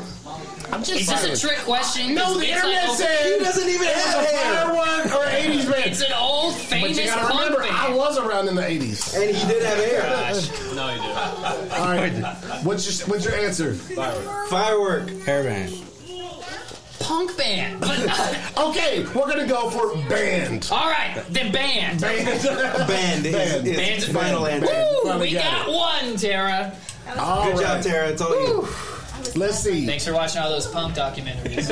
B: I'm just
D: it's just a
B: saying.
D: trick question.
B: No, the
D: It's
B: internet
D: like,
B: said
C: He doesn't even
B: it
C: have
B: was a
C: hair.
B: firework or an 80s
D: It's
B: band.
D: an old
B: But
D: famous
B: you gotta
D: punk
B: remember,
D: band.
B: I was around in the 80s.
C: And he did have hair.
L: No, you do.
B: All right, what's your what's your answer?
C: Firework.
K: Hairband.
D: punk band. But,
B: Okay, we're gonna go for band.
D: all right, the
B: Band.
D: band.
C: Band is,
B: Band.
C: is
D: Band's
C: final
B: band.
C: answer.
D: Woo,
B: Finally
D: we
B: got
D: got one, Tara.
B: All
C: Good job,
B: right,
C: Tara. It's all you.
B: let's see.
D: Thanks for watching all those punk documentaries.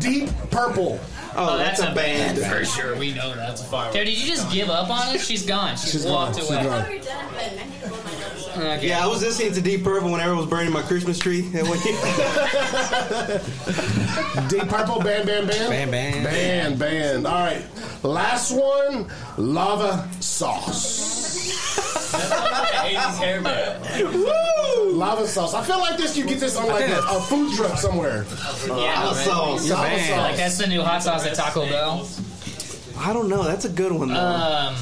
B: Deep Purple.
C: Oh, that's, a band.
D: for sure. We know that's a fire. Tara, did you just give up on us? She's gone. She's,
B: She's gone.
D: walked
B: She's
D: away.
B: gone.
D: Okay.
C: Yeah, I was listening to Deep Purple whenever I was burning my Christmas tree. And when
B: Deep Purple. Band. Band. Band.
K: Band, band.
B: Band. Band. All right, last one. Lava sauce.
L: That's like an 80s hairband.
C: Woo!
B: Lava sauce. I feel like this. You get this on like a, a food truck somewhere.
D: Yeah,
B: lava
D: right.
B: sauce.
D: You're
B: Lava
D: banned.
B: sauce.
D: Like that's the new hot sauce at Taco Bell.
C: I don't know. That's a good one though.
D: Um,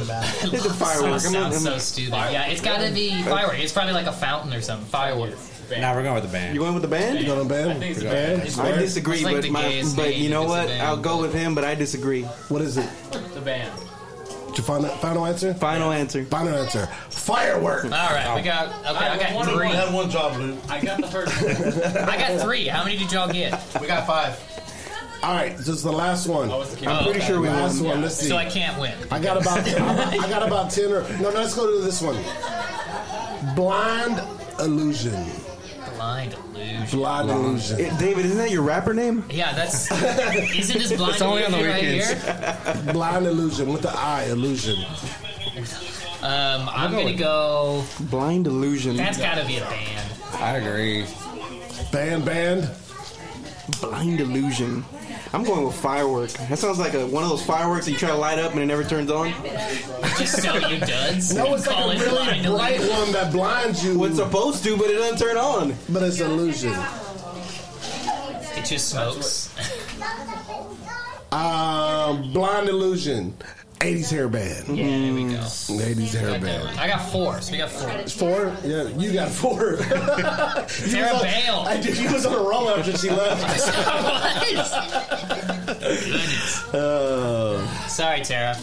C: It's a firework.
D: Sauce
C: I'm not-
D: sounds
C: I'm
D: so
C: not-
D: stupid. Yeah, it's got to be firework. It's probably like a fountain or something. Firework.
J: Now we're going with the band.
C: You going with the band?
B: You going to band?
M: think so.
B: Band?
C: I
B: Band?
C: disagree,
D: That's like
C: but
D: the
C: my,
D: gayest
C: but
D: name
C: you know
D: if it's a
C: what?
D: band.
C: I'll go with him, but I disagree.
B: What is it?
M: The band.
B: Did you find that final answer?
C: Final answer.
B: Final answer. Firework.
D: All right, we got okay. I got three.
N: one job, Luke.
M: I got the first one.
D: I got three. How many did y'all get?
N: We got five.
B: All right, this is the last one.
M: I was the king.
D: Oh,
C: Pretty sure we
B: Last
C: won.
B: one. Let's see.
D: So I can't win.
B: I got about I got about ten or no. no, Let's go to this one. Blind illusion.
D: Blind illusion.
B: Blind illusion.
C: Eh, David, isn't that your rapper name?
D: Yeah, that's isn't this blind
J: It's only on the
D: illusion right
J: weekends.
D: here?
B: Blind illusion with the eye illusion.
D: Um, I'm gonna go.
C: Blind Illusion.
D: That's gotta be a band.
J: I agree.
B: Band band.
C: Blind Illusion. I'm going with firework. That sounds like a, one of those fireworks that you try to light up and it never turns on.
D: Just so you duds.
B: No, it's like
D: call
B: a
D: it
B: really
D: blind
B: bright
D: illusion.
B: one that blinds you,
C: Well, it's supposed to, but it doesn't turn on.
B: but it's illusion.
D: It just smokes.
B: Um, blind illusion. 80s hair band.
D: Yeah, there we go.
B: 80s hair band.
D: I got four. So we got four.
B: Four? Yeah, you got four.
D: Sarah Bale.
B: I did. She was on a roll after she left.
D: Goodness. Sorry, Tara.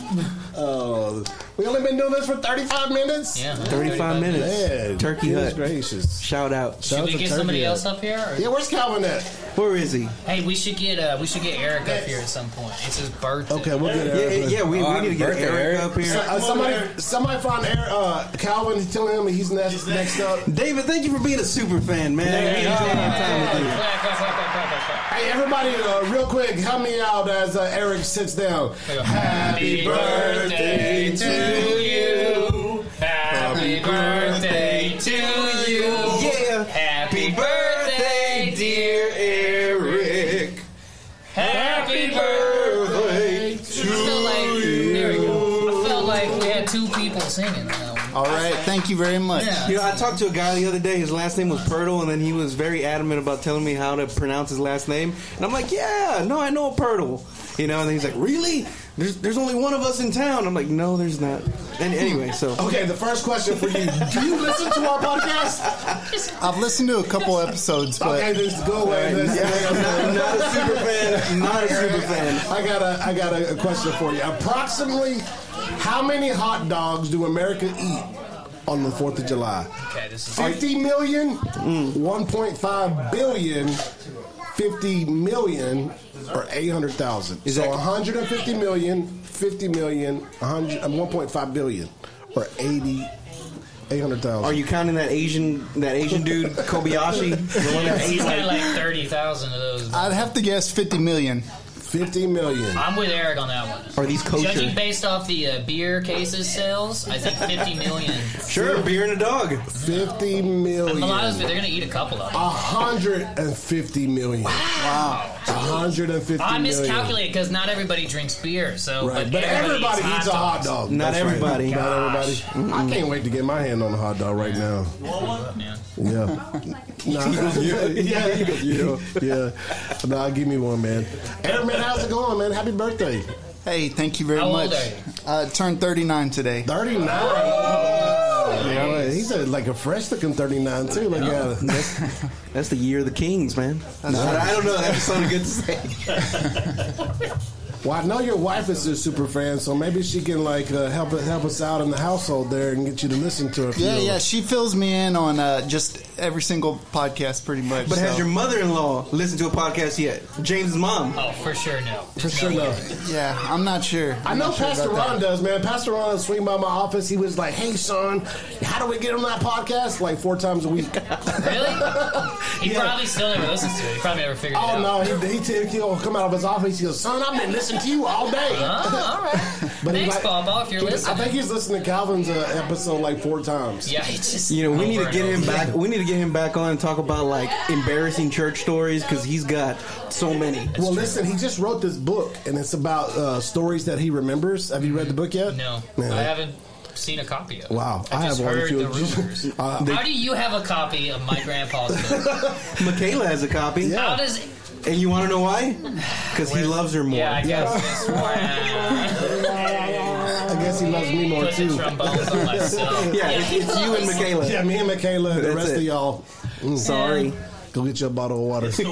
B: Oh, Uh, we only been doing this for 35 minutes.
D: Yeah.
C: 35 minutes.
B: Man,
C: Turkey
B: goodness
C: Hut.
B: gracious.
C: Shout out.
D: Should we
B: Shout out to
D: get somebody
B: Turkey
D: else
B: Hut.
D: up here? Or?
B: Yeah, where's Calvin at?
C: Where is he?
D: Hey, we should get uh, we should get Eric up here at some point. It's his birthday.
B: Okay, we'll get
C: Yeah,
B: Eric.
C: yeah, we,
J: Oh,
C: we need to get
J: birthday,
C: Eric
J: Eric.
C: up here.
B: So, uh, somebody, somebody find Eric, uh, Calvin. Tell him he's next. next up.
C: David, thank you for being a super fan, man. We enjoyed our time with you.
D: Clap, clap, clap, clap, clap, clap.
B: Hey, everybody, uh, real quick, help me out as uh, Eric sits down. uh, Happy birthday to
D: you. Happy birthday to you.
C: Yeah.
D: Happy birthday,
C: dear Eric.
D: Happy birthday to you. There we go. I felt like we had two people singing. that one.
E: All right, thank you very much.
C: You know, I talked to a guy the other day. His last name was Pirtle, and then he was very adamant about telling me how to pronounce his last name. And I'm like, yeah, no, I know a Pirtle. You know, and he's like, really? There's, there's only one of us in town. I'm like, no, there's not. And anyway, so
B: Okay, the first question for you. Do you listen to our podcast?
E: I've listened to a couple episodes, but
B: Okay, this go away. This-
C: I'm not a super fan. Not a super fan.
B: I got a, I got a, a question for you. Approximately, how many hot dogs do America eat on the Fourth of July?
D: Okay, this is.
B: 50 million, 1.5 billion, 50 million, or 800,000.
C: Is
B: so
C: that-
B: 150 million, 50 million, 100, uh, 1.5 billion, or 80, 800,000.
C: Are you counting that Asian that Asian dude Kobayashi? The one that
D: He's
C: ate,
D: got
C: like-
D: like thirty thousand of those.
E: I'd have to guess 50 million.
B: 50 million.
D: I'm with Eric on that one.
C: Are these
D: Judging
C: kosher?
D: based off the uh, beer cases sales, I think 50 million.
C: Sure, beer and a dog.
B: 50
D: A lot of
B: million.
D: those, they're going to eat a couple of them.
B: 150 million. Wow. 150
D: I
B: million.
D: miscalculated because not everybody drinks beer, so
B: Right,
D: but,
B: but everybody eats a hot
D: dogs.
B: dog.
C: Not
B: That's right.
C: everybody.
B: Not everybody. I can't wait to get my hand on a hot dog right now.
D: Yeah.
B: Yeah. Nah. yeah, yeah, yeah. Nah, give me one, man. Aaron, man, how's it going, man? Happy birthday.
E: Hey, thank you very
D: How old
E: much.
D: are you?
E: Uh, turned 39 today.
B: 39. Yeah, well, he's a, like a fresh looking 39, too. Like, yeah.
C: That's the year of the kings, man. No, I don't know. That just sounded good to say.
B: Well, I know your wife is a super fan, so maybe she can, like, uh, help, help us out in the household there and get you to listen to a few.
E: Yeah, yeah. She fills me in on uh, just every single podcast, pretty much.
C: But has
E: so-
C: your mother-in-law listened to a podcast yet? James' mom.
D: Oh, for sure, no.
B: For sure, no.
E: yeah, I'm not sure.
B: I
E: I'm
B: know
E: not sure
B: Pastor
E: about that.
B: Ron does, man. Pastor Ron swing by my office. He was like, hey, son, how do we get on that podcast? Like, four times a week.
D: Really? He probably still never listens to it. He probably never figured it
B: Oh
D: out.
B: no, he, he t- he'll come out of his office. He goes, "Son, I've been listening to you all day."
D: Oh, all right.
B: But he
D: Thanks,
B: like-
D: Bob, if you're
B: he- I
D: listening.
B: think he's listened to Calvin's uh, episode like four times.
D: Yeah, he just.
C: You know, we need
D: over
C: to get
D: and
C: him
D: over.
C: back. We need to get him back on and talk about like embarrassing church stories because he's got so many.
B: well, listen, he just wrote this book, and it's about uh, stories that he remembers. Have you read the book yet?
D: No,
B: Man,
D: I haven't. seen a copy of. it.
B: Wow,
D: I, just
B: one
D: heard
B: too.
D: the rumors.
B: Uh,
D: How do you have a copy of my grandpa's book?
H: Michaela has a copy.
D: How does?
H: And you want to know why? Because he loves her more.
D: Yeah, I guess. Wow.
B: I guess he loves me more
D: Put the
B: too.
D: trombones on myself.
H: Yeah, it's, it's you and Michaela.
B: Yeah, me and Michaela, the
H: That's
B: rest
H: it.
B: of y'all. Mm.
H: Sorry.
B: Go get you a bottle of water.
O: It's the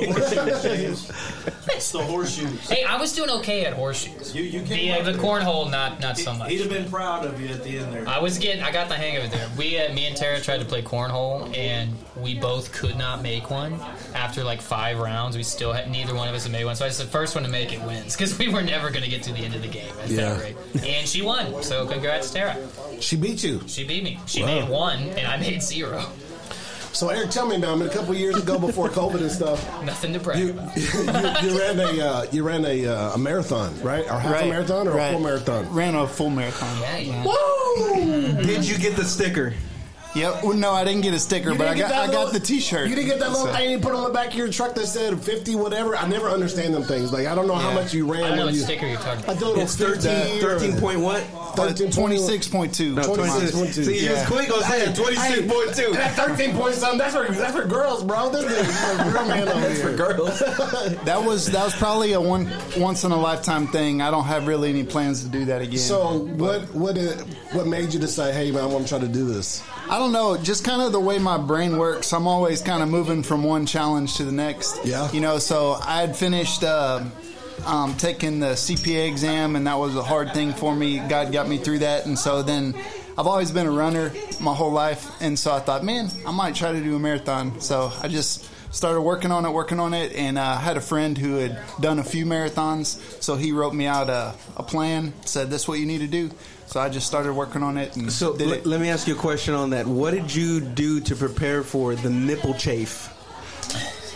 O: horseshoes.
D: Hey, I was doing okay at horseshoes.
O: You- you
D: the,
O: came
D: uh,
O: up
D: the
O: there.
D: cornhole, not not so much.
O: He'd have been proud of you at the end there.
D: I was getting, I got the hang of it there. We, uh, me and Tara tried to play cornhole, and we both could not make one. After like five rounds, we still had neither one of us had made one. So I said, first one to make it wins, because we were never going to get to the end of the game at
B: Yeah.
D: that rate. And she won. So congrats, Tara.
B: she beat you.
D: She beat me. She
B: Wow.
D: made one, and I made zero.
B: So Eric, tell me now. I mean, a couple years ago, before COVID and stuff,
D: Nothing to brag
B: you,
D: about.
B: you, you ran a uh, you ran a, uh, a marathon, right? Or half a
E: Right,
B: marathon or a
E: right.
B: full marathon?
E: Ran a full marathon.
D: Yeah, yeah.
H: Did you get the sticker?
E: Yep. Well, no, I didn't get a sticker,
B: You
E: but
B: didn't
E: I
B: get
E: got I
B: that
E: got
B: little-
E: the T-shirt.
B: You didn't get that little
E: So-
B: thing you put on the back of your truck that said fifty whatever. I never understand them things. Like I don't know how
E: Yeah.
B: much you ran.
D: I don't know
B: when
D: what
B: you,
D: sticker you're talking
B: I
D: about.
B: thought it
H: It's
B: was
H: 13,
B: 13,
H: 13 point what?
E: Uh,
B: 13
E: 26.2.
H: No, 26.
B: 26.
H: See, he was
E: Yeah.
H: quick on saying 26.2.
B: That 13 point something. That's for that's for girls, bro. This is a real man over here.
H: girls.
E: That was that was probably a one once in a lifetime thing. I don't have really any plans to do that again.
B: So what what did, what made you decide? Hey man, I want to try to do this.
E: I don't know, just kind of the way my brain works. I'm always kind of moving from one challenge to the next.
B: Yeah.
E: You know, so I had finished um um, taking the CPA exam, and that was a hard thing for me. God got me through that. And so then I've always been a runner my whole life. And so I thought, man, I might try to do a marathon. So I just started working on it, working on it. And uh, I had a friend who had done a few marathons. So he wrote me out a, a plan, said, this is what you need to do. So I just started working on it and
H: So
E: did
H: le-
E: it.
H: let me ask you a question on that. What did you do to prepare for the nipple chafe?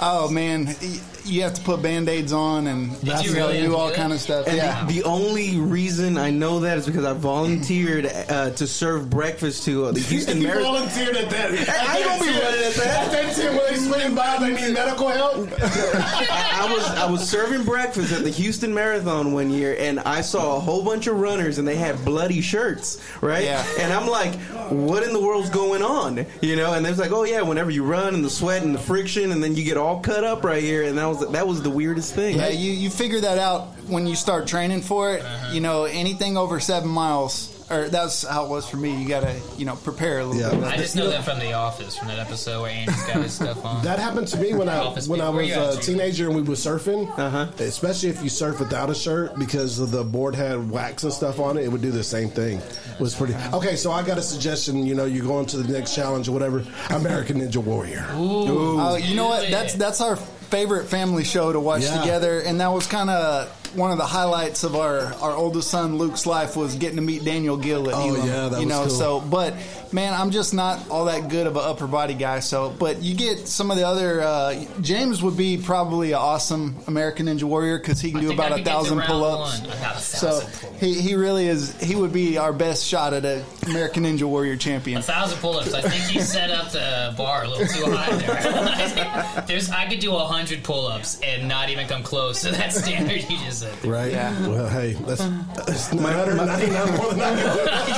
E: Oh man, y- you have to put band aids on and
D: you
E: you
D: really
E: do all
D: do it?
E: kind of stuff.
H: And
E: yeah.
H: the, the only reason I know that is because I volunteered uh, to serve breakfast to uh, the Houston
B: You
H: Marathon.
B: volunteered at that.
H: I ain't gonna be running at that.
B: At that time when they swing by, they need medical help.
H: I, I was I was serving breakfast at the Houston Marathon one year, and I saw a whole bunch of runners, and they had bloody shirts, right?
E: Yeah.
H: And I'm like, what in the world's going on? You know? And they was like, oh yeah, whenever you run and the sweat and the friction, and then you get all cut up right here, and that was that was the weirdest thing.
E: yeah, you you figure that out when you start training for it. You know, anything over seven miles, or that's how it was for me. You gotta you know prepare a little
B: Yeah.
E: bit.
D: I just know that from The Office, from that episode where Andy's got his stuff on.
B: That happened to me when I
D: Office
B: when I
D: people.
B: was
D: Where you
B: a
D: at, Gene?
B: teenager and we were surfing.
H: Uh-huh.
B: Especially if you surf without a shirt because of the board had wax and stuff on it, it would do the same thing. It was pretty okay. So I got a suggestion. You know, you're going to the next challenge or whatever. American Ninja Warrior.
E: Oh, you know what? That's that's our favorite family show to watch
B: Yeah.
E: together, and that was kind of one of the highlights of our our oldest son Luke's life was getting to meet Daniel Gill at
B: Oh,
E: Elam,
B: yeah, that was
E: you know,
B: cool.
E: so but man, I'm just not all that good of an upper body guy. So, but you get some of the other uh, James would be probably an awesome American Ninja Warrior because he can
D: I
E: do
D: think I
E: about a
D: could get to
E: thousand
D: round
E: pull ups.
D: one. About a
E: So
D: thousand pull-ups.
E: he, he really is. He would be our best shot at a American Ninja Warrior
D: A
E: champion.
D: thousand pull-ups. I think he set up the bar a little too high there. There's, I could do a hundred pull-ups and not even come close to that standard you just said.
B: Right.
E: Yeah.
B: Well, hey, that's,
D: Uh-huh.
B: that's 999 more than I can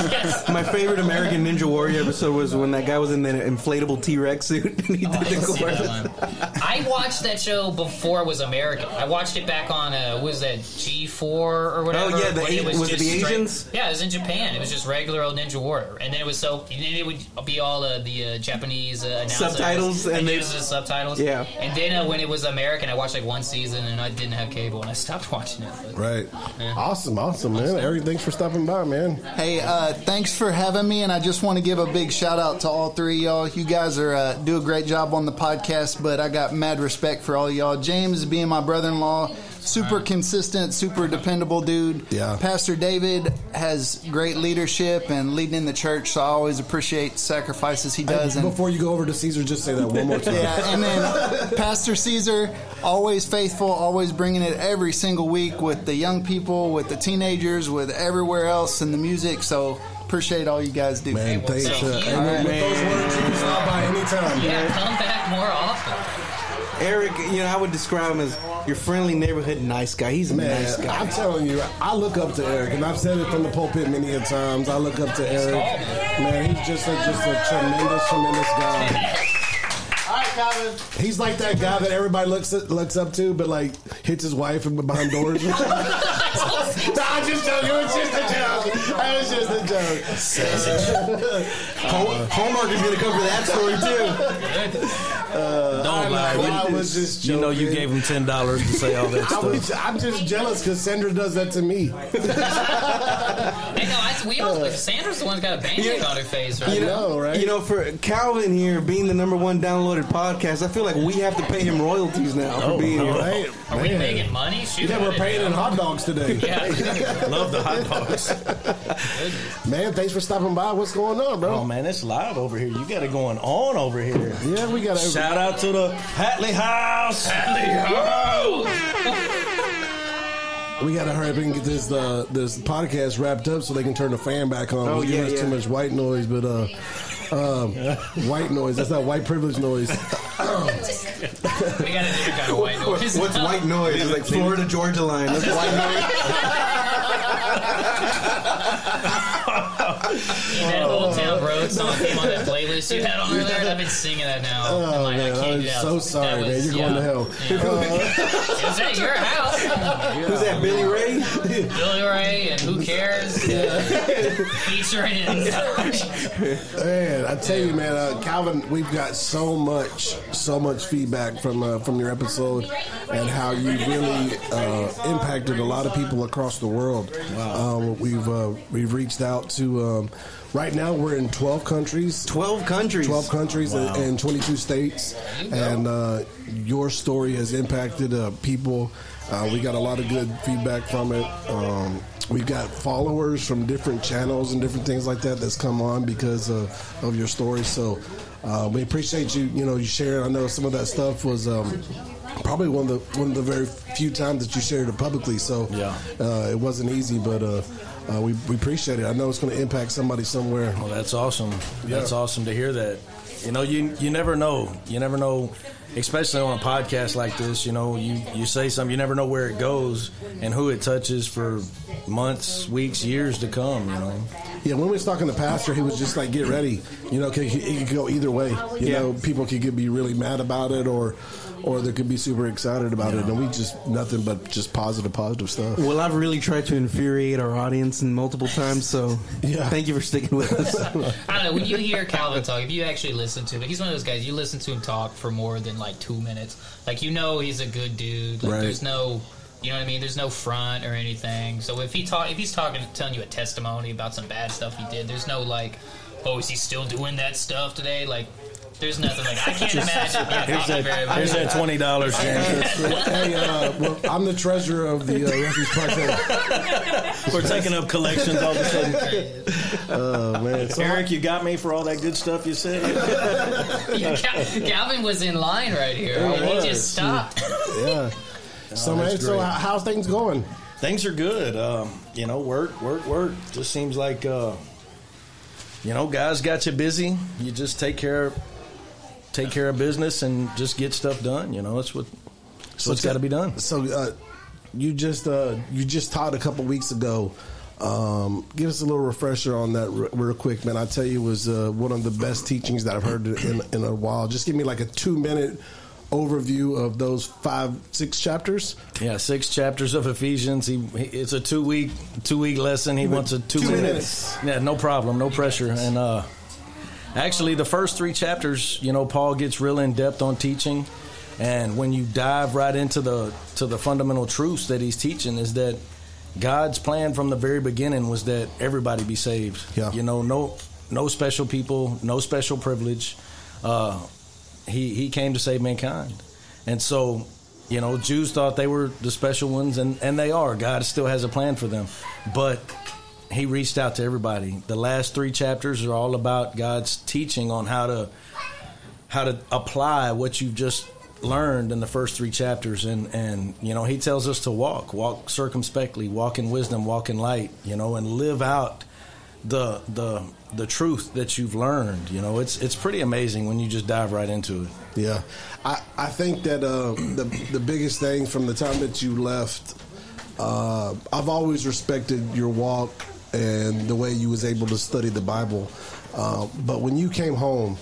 B: do.
D: Yes.
H: My favorite American Ninja Warrior episode was when that guy was in the inflatable T Rex suit and he did
D: Oh, I didn't
H: the
D: see that
H: chorus.
D: one. I watched that show before it was American. I watched it back on uh, what was that G four or whatever.
H: Oh, yeah, the
D: when
H: A- was it
D: just
H: the
D: straight-
H: Asians?
D: yeah, it was in Japan. It was just regular old Ninja Warrior, and then it was so and then it would be all uh, the uh, Japanese uh, announcers.
H: Subtitles, and
D: and
H: they-
D: it was just subtitles.
H: Yeah.
D: and then uh, when it was American, I watched like one season, and I didn't have cable, and I stopped watching it. But-
B: Right. Awesome, awesome, man. Eric, thanks for stopping by, man.
E: Hey, uh, thanks for having me, and I just want to give a big shout out to all three of y'all. You guys are uh, do a great job on the podcast, but I got mad respect for all y'all. James being my brother-in-law, super consistent, super dependable dude.
B: Yeah.
E: Pastor David has great leadership and leading in the church, so I always appreciate the sacrifices he does. and
B: Before you go over to Caesar, just say that one more time.
E: yeah, and then Pastor Caesar, always faithful, always bringing it every single week with the young people, with the teenagers, with everywhere else and the music. So appreciate all you guys do.
B: Man, thanks.
D: thank
B: Uh,
D: you.
B: and with those words, you can stop by anytime.
D: Yeah, come back more often.
H: Eric, you know, I would describe him as your friendly neighborhood nice guy. He's a
B: Man,
H: nice guy.
B: I'm telling you, I look up to Eric, and I've said it from the pulpit many a times. I look up to Eric. Man, he's just a, just a tremendous, tremendous guy.
E: All right, Calvin.
B: He's like that guy that everybody looks looks up to, but like hits his wife and behind doors. no, I just joking. It was just a joke. It was just a joke.
H: Hol- Hallmark is going to cover that story too. Uh,
B: I
J: Don't
B: know,
J: lie.
B: I
J: We-
B: was just
J: you know, you
B: joking.
J: gave him ten dollars to say all that
B: I
J: stuff.
B: was, I'm just jealous because Sandra does that to me.
D: Hey, no, I, we all, Sandra's the one who's got a bandage on her face, right?
B: You know, right?
H: Uh. You know, for Calvin here being the number one downloaded podcast, I feel like we have to pay him royalties now
J: Oh,
H: for being here.
B: Right?
D: Are we
B: Man.
D: making money? Shoot,
B: Yeah,
D: I
B: we're
D: didn't
B: paying
D: know.
B: in hot dogs today.
J: Love the hot dogs.
B: Man, thanks for stopping by. What's going on, bro?
J: Oh
H: Um,
J: man, it's live over here. You got it going on over here.
B: Yeah, we got every-
J: Shout out to the Hatley House. Hatley House.
B: we got to hurry up and get this uh, this podcast wrapped up so they can turn the fan back on.
H: Oh,
B: It's
H: yeah,
B: giving us
H: yeah.
B: too much white noise, but uh, um, white noise. That's not white privilege noise.
D: We got a different kind of white noise.
H: What's white noise? It's like Florida Georgia line. That's white noise.
D: that
B: Oh.
D: Old Town Road song came on that playlist you had on earlier. I've been singing that now.
B: Oh
D: I'm like,
B: man,
D: I can't
B: I'm
D: get out.
B: so sorry,
D: That
B: man.
D: was-
B: You're going
D: yeah.
B: to hell. Uh,
D: It was at your house.
H: Who's that? Billy Ray.
D: Billy Ray and Who Cares? Yeah. Featuring.
B: Man, I tell you, man, uh, Calvin, we've got so much, so much feedback from uh, from your episode and how you really uh, impacted a lot of people across the world. Um, we've uh, we've reached out to. Um, right now, we're in twelve countries.
H: Twelve countries.
B: 12 countries and, and 22 states. And uh, your story has impacted uh, people. Uh, we got a lot of good feedback from it. Um, we've got followers from different channels and different things like that that's come on because uh, of your story. So uh, we appreciate you, you know, you sharing. I know some of that stuff was. Um, Probably one of the one of the very few times that you shared it publicly, so
J: Yeah.
B: uh, it wasn't easy, but uh, uh, we, we appreciate it. I know it's going to impact somebody somewhere.
J: Well, that's awesome.
B: Yeah.
J: That's awesome to hear that. You know, you you never know. You never know, especially on a podcast like this. You know, you you say something, you never know where it goes and who it touches for months, weeks, years to come. You know,
B: Yeah, when we was talking to pastor, he was just like, "Get ready," you know, 'cause it could go either way. You
H: Yeah.
B: know, people could get- be really mad about it, or or they could be super excited about it, and we just nothing but just positive, positive stuff.
H: Well, I've really tried to infuriate our audience in multiple times, so
B: Yeah.
H: thank you for sticking with us.
D: I don't know. When you hear Calvin talk, if you actually listen to him, he's one of those guys. You listen to him talk for more than like two minutes. Like you know, he's a good dude. Like
B: Right.
D: there's no, you know what I mean. There's no front or anything. So if he talk, if he's talking, telling you a testimony about some bad stuff he did, there's no like, oh, is he still doing that stuff today? Like, there's nothing. Like I can't imagine. Yeah,
J: here's
D: thank you very
J: that
D: much.
J: here's that twenty dollars, James.
B: hey, uh, well, I'm the treasurer of the uh, Refuge Project.
J: We're taking up collections all of a sudden.
B: Oh man, so
J: Eric, you got me for all that good stuff you said.
D: Yeah, Cal- Calvin was in line right here.
B: Yeah,
D: and he
B: was.
D: just stopped.
B: yeah. So man,
J: that's
B: so
J: great.
B: how, how's things going?
J: Things are good. Um, you know, work, work, work. Just seems like uh, you know, guys got you busy. You just take care, take care of business, and just get stuff done. You know, that's what. That's what's got to be done.
B: So uh, you just uh, you just taught a couple weeks ago. Um, give us a little refresher on that re- real quick, man. I tell you, it was uh, one of the best teachings that I've heard in, in a while. Just give me like a two minute overview of those five six chapters.
J: Yeah, six chapters of Ephesians. He, he it's a two week two week lesson. He wants a two,
B: two
J: minute-
B: minutes.
J: Yeah, no problem, no pressure. And uh, actually, the first three chapters, you know, Paul gets real in depth on teaching, and when you dive right into the to the fundamental truths that he's teaching is that God's plan from the very beginning was that everybody be saved.
B: Yeah.
J: you know, no no special people, no special privilege. Uh, he he came to save mankind, and so you know Jews thought they were the special ones, and and they are. God still has a plan for them, but he reached out to everybody. The last three chapters are all about God's teaching on how to how to apply what you've just learned in the first three chapters and and you know he tells us to walk walk circumspectly walk in wisdom walk in light you know and live out the the the truth that you've learned you know it's it's pretty amazing when you just dive right into it
B: Yeah, I, I think that uh, the the biggest thing from the time that you left, uh, I've always respected your walk and the way you was able to study the Bible, uh, but when you came home,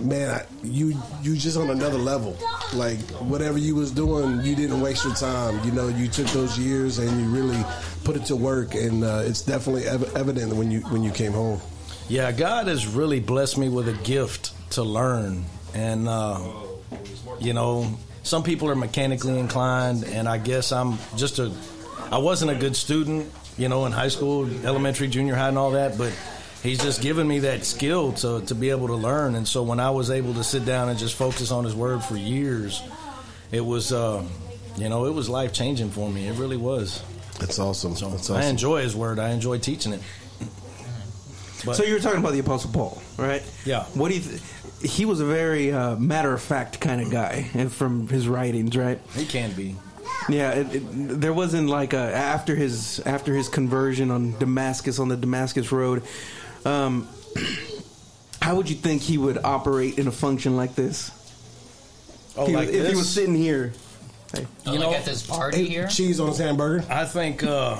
B: man, I, you you just on another level. Like whatever you was doing, you didn't waste your time. You know, you took those years and you really put it to work, and uh, it's definitely ev- evident when you when you came home.
J: Yeah, God has really blessed me with a gift to learn, and uh, you know, some people are mechanically inclined, and I guess I'm just a, I wasn't a good student, you know, in high school, elementary, junior high, and all that, but He's just given me that skill to to be able to learn, and so when I was able to sit down and just focus on His Word for years, it was, uh, you know, it was life changing for me. It really was.
B: That's awesome. That's
J: I
B: awesome.
J: enjoy His Word. I enjoy teaching it. But-
H: so you were talking about the Apostle Paul, right?
J: Yeah.
H: What do you? Th- he was a very uh, matter of fact kind of guy, and from his writings, right?
J: He can be.
H: Yeah, it, it, there wasn't like a, after his after his conversion on Damascus on the Damascus Road. Um, how would you think he would operate in a function like this?
J: Oh,
H: If he
J: like
H: was- if he
J: this?
H: was sitting here,
J: You
D: Oh, like at this party
J: ate
D: here?
B: cheese on his hamburger.
J: I think uh,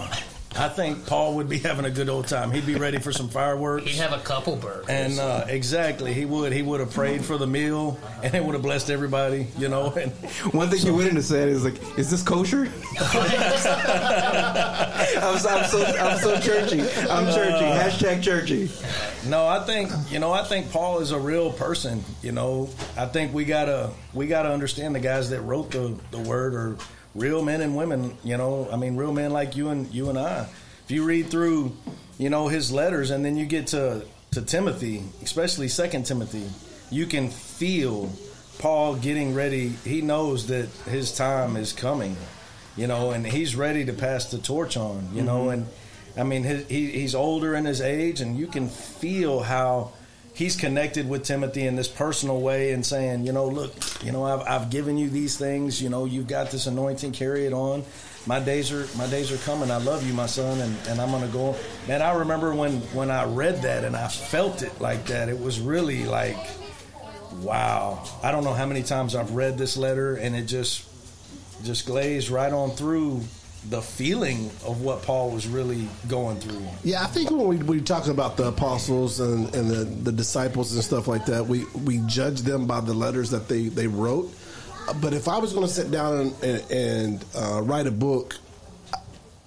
J: I think Paul would be having a good old time. He'd be ready for some fireworks.
D: He'd have a couple burgers.
J: and uh, exactly, he would. He would have prayed for the meal, and it would have blessed everybody. You know, and
H: one thing you wouldn't have said is like, "Is this kosher?" I'm, so- I'm so I'm so churchy. I'm churchy. Hashtag churchy.
J: No, I think you know. I think Paul is a real person. You know, I think we gotta we gotta understand the guys that wrote the the word are real men and women. You know, I mean, real men like you and you and I. If you read through, you know, his letters, and then you get to to Timothy, especially Second Timothy, you can feel Paul getting ready. He knows that his time is coming. You know, and he's ready to pass the torch on. You know,
H: Mhm.
J: and I mean, his, he, he's older in his age, and you can feel how he's connected with Timothy in this personal way and saying, you know, look, you know, I've, I've given you these things. You know, you've got this anointing. Carry it on. My days are my days are coming. I love you, my son, and, and I'm gonna go. Man, I remember when when I read that and I felt it like that. It was really like, wow. I don't know how many times I've read this letter, and it just just glazed right on through the feeling of what Paul was really going through.
B: Yeah, I think when we, we talk about the apostles and, and the, the disciples and stuff like that, we, we judge them by the letters that they, they wrote. Uh, But if I was going to sit down and, and, and uh, write a book,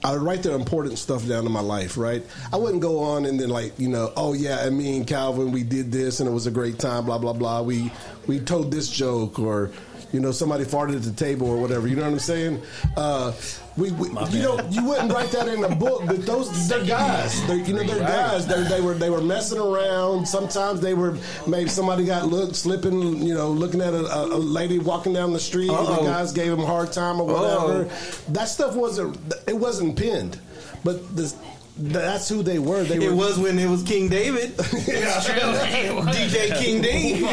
B: I would write the important stuff down in my life, right? I wouldn't go on and then like, you know, oh yeah, and me and Calvin, we did this and it was a great time, blah blah blah. We we told this joke or you know somebody farted at the table or whatever. You know what I'm saying? Uh, we, we you know you wouldn't write that in a book, but those they're guys. They're, you know they're
J: Right.
B: guys. They're, they were they were messing around. Sometimes they were maybe somebody got looked slipping. You know, looking at a, a a lady walking down the street. And
H: Uh-oh.
B: the guys gave him a hard time or whatever. That stuff wasn't it wasn't pinned, but this, that's who they were. They
H: It
B: were.
H: was when it was King David. DJ King D.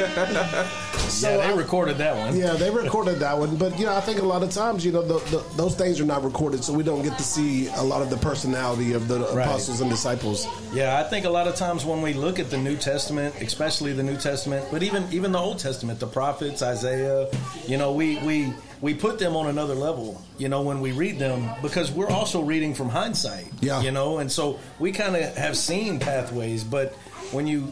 J: yeah, they recorded that one.
B: Yeah, they recorded that one, but you know, I think a lot of times, you know, the, the, those things are not recorded, so we don't get to see a lot of the personality of the
J: Right.
B: apostles and disciples.
J: Yeah, I think a lot of times when we look at the New Testament, especially the New Testament, but even even the Old Testament, the prophets, Isaiah, you know, we we we put them on another level, you know, when we read them because we're also reading from hindsight.
B: Yeah.
J: You know, and so we kind of have seen pathways, but when you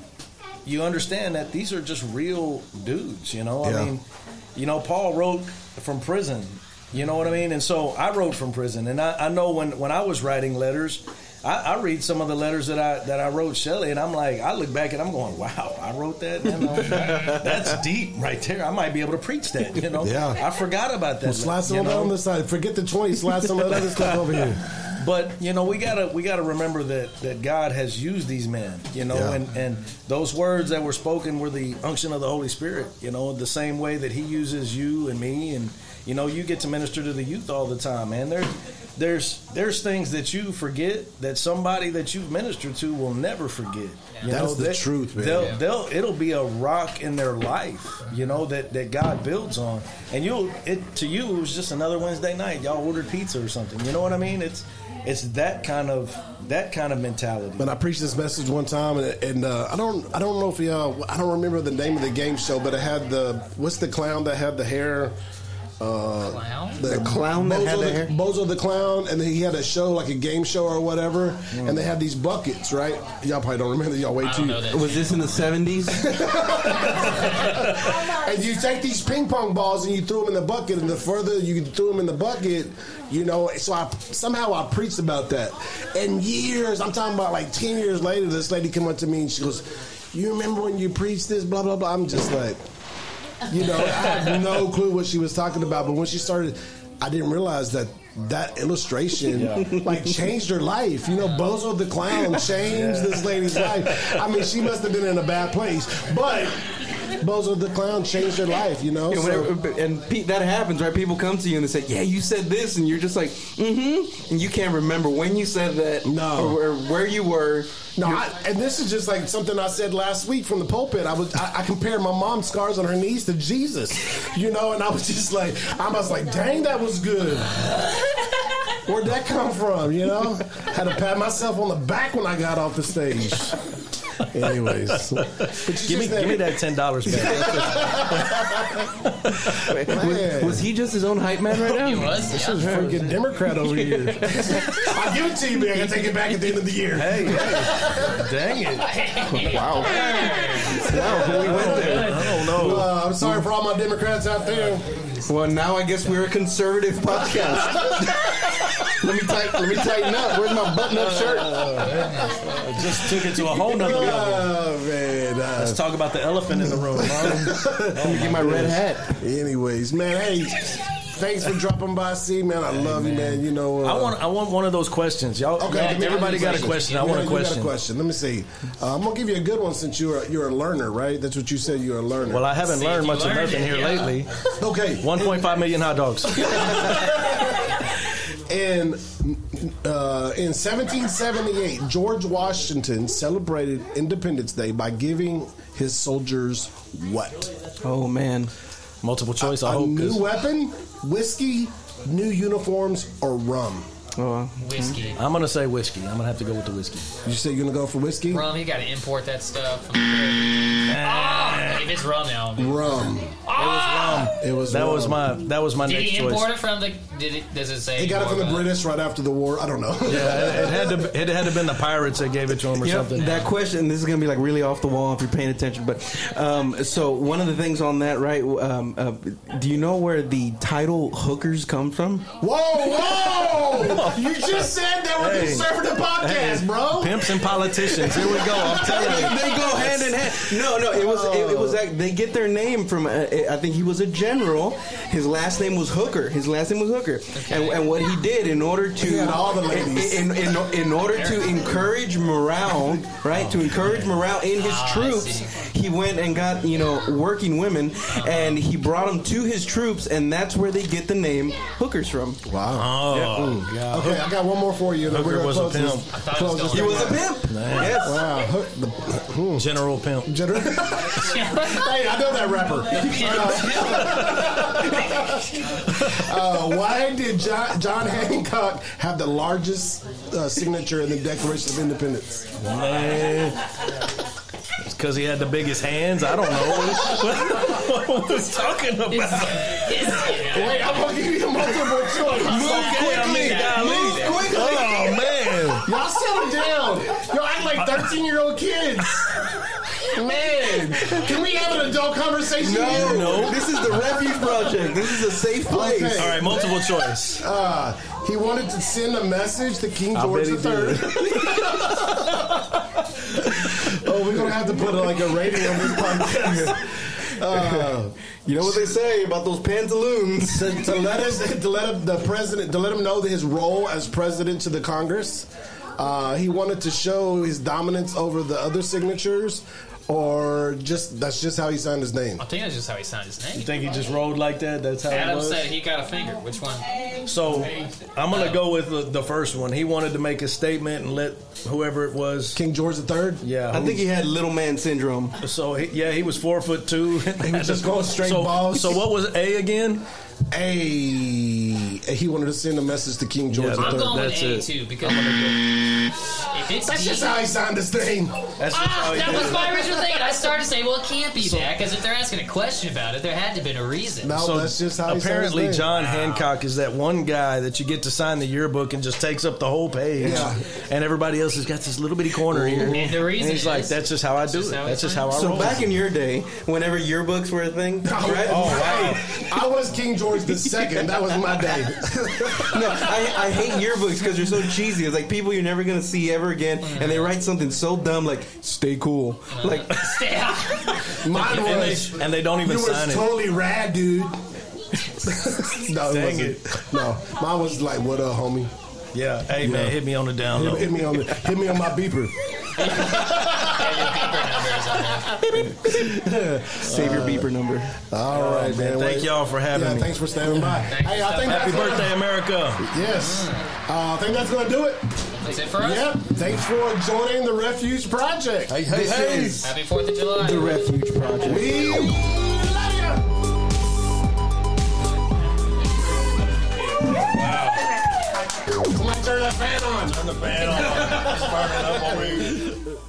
J: you understand that these are just real dudes, you know?
B: Yeah.
J: I mean, you know, Paul wrote from prison. You know what I mean? And so I wrote from prison, and I, I know when, when I was writing letters, I, I read some of the letters that I that I wrote Shelley, and I'm like, I look back and I'm going, wow, I wrote that. You know, that's deep right there. I might be able to preach that. You know,
B: Yeah.
J: I forgot about that.
B: Well, slide some
J: you
B: of that
J: know?
B: on this side. Forget the twenty. Slide some of that other stuff over here.
J: But you know, we gotta we gotta remember that that God has used these men. You know,
B: Yeah.
J: and and those words that were spoken were the unction of the Holy Spirit. You know, the same way that He uses you and me, and you know, you get to minister to the youth all the time, man. There's there's there's things that you forget that somebody that you've ministered to will never forget. You
B: That
J: know,
B: is the truth, man.
J: They'll,
B: Yeah.
J: they'll it'll be a rock in their life, you know that that God builds on. And you'll it to you it was just another Wednesday night. Y'all ordered pizza or something. You know what I mean? It's It's that kind of that kind of mentality.
B: But I preached this message one time, and, and uh, I don't, I don't know if y'all, I don't remember the name of the game show, but it had the what's the clown that had the hair. Uh,
D: clown?
B: The,
C: clown that
B: Bozo
C: had the
B: the
C: hair?
B: Bozo the clown, and he had a show like a game show or whatever,
C: Mm.
B: and they had these buckets, right? Y'all probably don't remember. Y'all wait
D: I
B: too.
D: don't know that.
C: Was this in the '70s?
B: And you take these ping pong balls and you threw them in the bucket, and the further you threw them in the bucket, you know. So I somehow I preached about that, and years I'm talking about like ten years later, this lady come up to me and she goes, "You remember when you preached this?" Blah blah blah. I'm just like, you know, I had no clue what she was talking about, but when she started, I didn't realize that. That illustration like changed her life. You know, Bozo the clown changed this lady's life. I mean, she must have been in a bad place, but Bozo the clown changed her life. You know,
C: And,
B: so,
C: whenever, and Pete, that happens, right? People come to you and they say, "Yeah, you said this," and you're just like, "Mm-hmm," and you can't remember when you said that,
B: No.
C: or where, where you were.
B: no, I, and this is just like something I said last week from the pulpit. I was I, I compared my mom's scars on her knees to Jesus. You know, and I was just like, I was like, dang, that was good. Where'd that come from? You know, had to pat myself on the back when I got off the stage. Anyways, but you
J: Give me,
B: just never-
J: give me that ten dollars back.
B: Man.
C: Was, was he just his own hype man right now?
D: He was.
B: This
D: yeah.
B: is freaking Democrat over here. I'll give it to you, but I gotta take it back at the end of the year.
J: hey, hey, dang it!
C: Wow, wow, we went there.
J: I don't know.
B: Uh, I'm sorry for all my Democrats out there.
C: Well, now I guess we're a conservative podcast. let me tight, let me tighten up. Where's my button-up
J: Oh,
C: shirt?
J: I just took it to a whole nother level.
B: Oh man. uh,
J: Let's talk about the elephant in the room. huh?
C: Let me get my red hat.
B: Anyways, man, hey, thanks for dropping by, C, man. I love you, man. You know, uh,
J: I want I want one of those questions, y'all.
B: Okay, give me
J: everybody
B: one
J: got a question. I want a
B: You Got
J: question.
B: a question. Let me see. Uh, I'm gonna give you a good one since you're a, you're a learner, right? That's what you said. You're a learner.
J: Well, I haven't
D: See if
J: learned
D: you
J: much of
D: learned
J: nothing
D: it,
J: here
D: yeah.
J: lately.
B: okay.
J: 1.5 million hot dogs.
B: In uh, in 1778, George Washington celebrated Independence Day by giving his soldiers what?
C: Oh man,
J: Multiple choice. I
B: A
J: hope.
B: new
J: 'cause
B: weapon, whiskey, new uniforms, or rum?
C: oh,
D: Whiskey.
J: I'm gonna say whiskey. I'm gonna have to go with the whiskey.
B: You say you're gonna go for whiskey?
D: Rum, you gotta import that stuff. From Ah, if it's rum now,
B: Rum.
D: Ah!
B: It was
J: That
B: rum.
J: was my that was my
D: did
J: next
D: he
J: choice.
D: import it from the? Did it? Does it say?
B: They got it from the
D: more about-
B: British right after the war. I don't know.
J: Yeah, it, it had to it had to been the pirates that gave it to him or
C: Yep,
J: something.
C: That question, this is going to be like really off the wall if you're paying attention. But um, so one of the things on that, right? Um, uh, do you know where the title hookers come from?
B: Whoa, whoa! you just said that we're
J: Hey.
B: conservative podcast,
J: Hey,
B: bro.
J: Pimps and politicians. Here we go. I'm
C: They,
J: telling you.
C: they go hand in hand. No, no, it was it, it was like they get their name from. Uh, I think he was a general. His last name was Hooker. His last name was Hooker. And, and what he did in order to
B: He had all the ladies.
C: in, in, in, in order to encourage morale, right? To encourage morale in his
D: Ah, I
C: troops,
D: see.
C: he went and got you know working women, and he brought them to his troops, and that's where they get the name Hookers from.
J: Oh, God.
B: Okay, I got one more for you. and then
J: Hooker
B: we're gonna
J: was a
B: close
J: pimp.
B: this-
J: I
D: thought it
B: close this
D: was
C: He
D: going
B: thing
C: was a
B: out.
C: pimp. Yes.
B: Wow, Hook- the- hmm.
J: general pimp.
B: General- hey, I know that rapper. Uh, why did John, John Hancock have the largest uh, signature in the Declaration of Independence?
J: Man. Because he had the biggest hands. I don't know what, what, was talking about.
B: Wait, I'm gonna give you multiple choice.
J: quickly,
B: Move quickly.
J: Oh man!
B: Y'all settle down. Y'all act like 13 year old kids. Man, can we have an adult conversation?
C: No,
B: here?
C: no. This is the Refuge Project. This is a safe place.
B: Okay.
J: All right, multiple choice.
B: Uh, he wanted to send a message to King
J: I
B: George
J: bet he
B: III. oh, we're gonna have to put like a rating on this podcast. Uh,
C: You know what they say about those pantaloons?
B: to, to let us, to let him, the president, to let him know that his role as president to the Congress. Uh, he wanted to show his dominance over the other signatures, or just that's just how he signed his name.
D: I think that's just how he signed his
J: You
D: name.
J: think he just rolled like that? That's how it
D: Adam
J: was.
D: said he got a finger. Which one?
J: So I'm gonna go with the, the first one. He wanted to make a statement and let whoever it was.
B: King George III.
J: Yeah,
C: I think he had little man syndrome.
J: So he, yeah, he was four foot two.
B: He was just going straight
J: so,
B: balls.
J: So what was A again?
B: A he wanted to send a message to King George III.
D: I'm going with A too because if it's
B: That's
D: D-
B: just how he signed this thing.
J: That's
D: Ah, that was my original thing. And I started saying, well, it can't be that because if they're asking a question about it, there had to have been a reason.
C: Oh,
J: apparently John Hancock is that one guy that you get to sign the yearbook and just takes up the whole page,
D: Yeah.
J: and everybody else has got this little bitty corner here.
D: And the reason
J: he's like,
D: is-
J: "That's just how I do it. That's just how I
C: So
J: roll."
C: back in your day, whenever yearbooks were a thing,
B: Oh,
C: right?
J: Oh,
B: I was King George the Second. That was my day.
C: no, I, I hate yearbooks because they're so cheesy. It's like people you're never gonna see ever again, and they write something so dumb like "Stay cool." Like
D: Stay
B: Mine
J: and
B: was,
J: they, and they don't even
B: you
J: sign
B: was
J: it.
B: totally rad, dude. no, it
J: Dang
B: wasn't. No, mine was like, "What up, homie?"
J: Yeah, hey man, hit me on the down
B: Hit,
J: low.
B: hit me on the, hit me on my beeper.
C: Save your beeper number.
B: All
J: Oh,
B: right,
J: man,
B: man.
J: thank
B: Wait.
J: y'all for having
B: yeah,
J: me.
B: Thanks for standing by.
J: Thank you
B: Hey,
J: so
B: I think
J: much. Happy
B: that's gonna-
J: birthday, America.
B: Yes, uh, I think that's going to do it.
D: That's it for us.
B: Yep. Thanks for joining the Refuge Project.
J: Hey, hey,
B: This
J: hey.
B: is
D: Happy 4th of July.
B: The
C: Refuge Project.
B: We love you.
P: Come on, turn that fan on. Turn the fan on. It's burning up over here.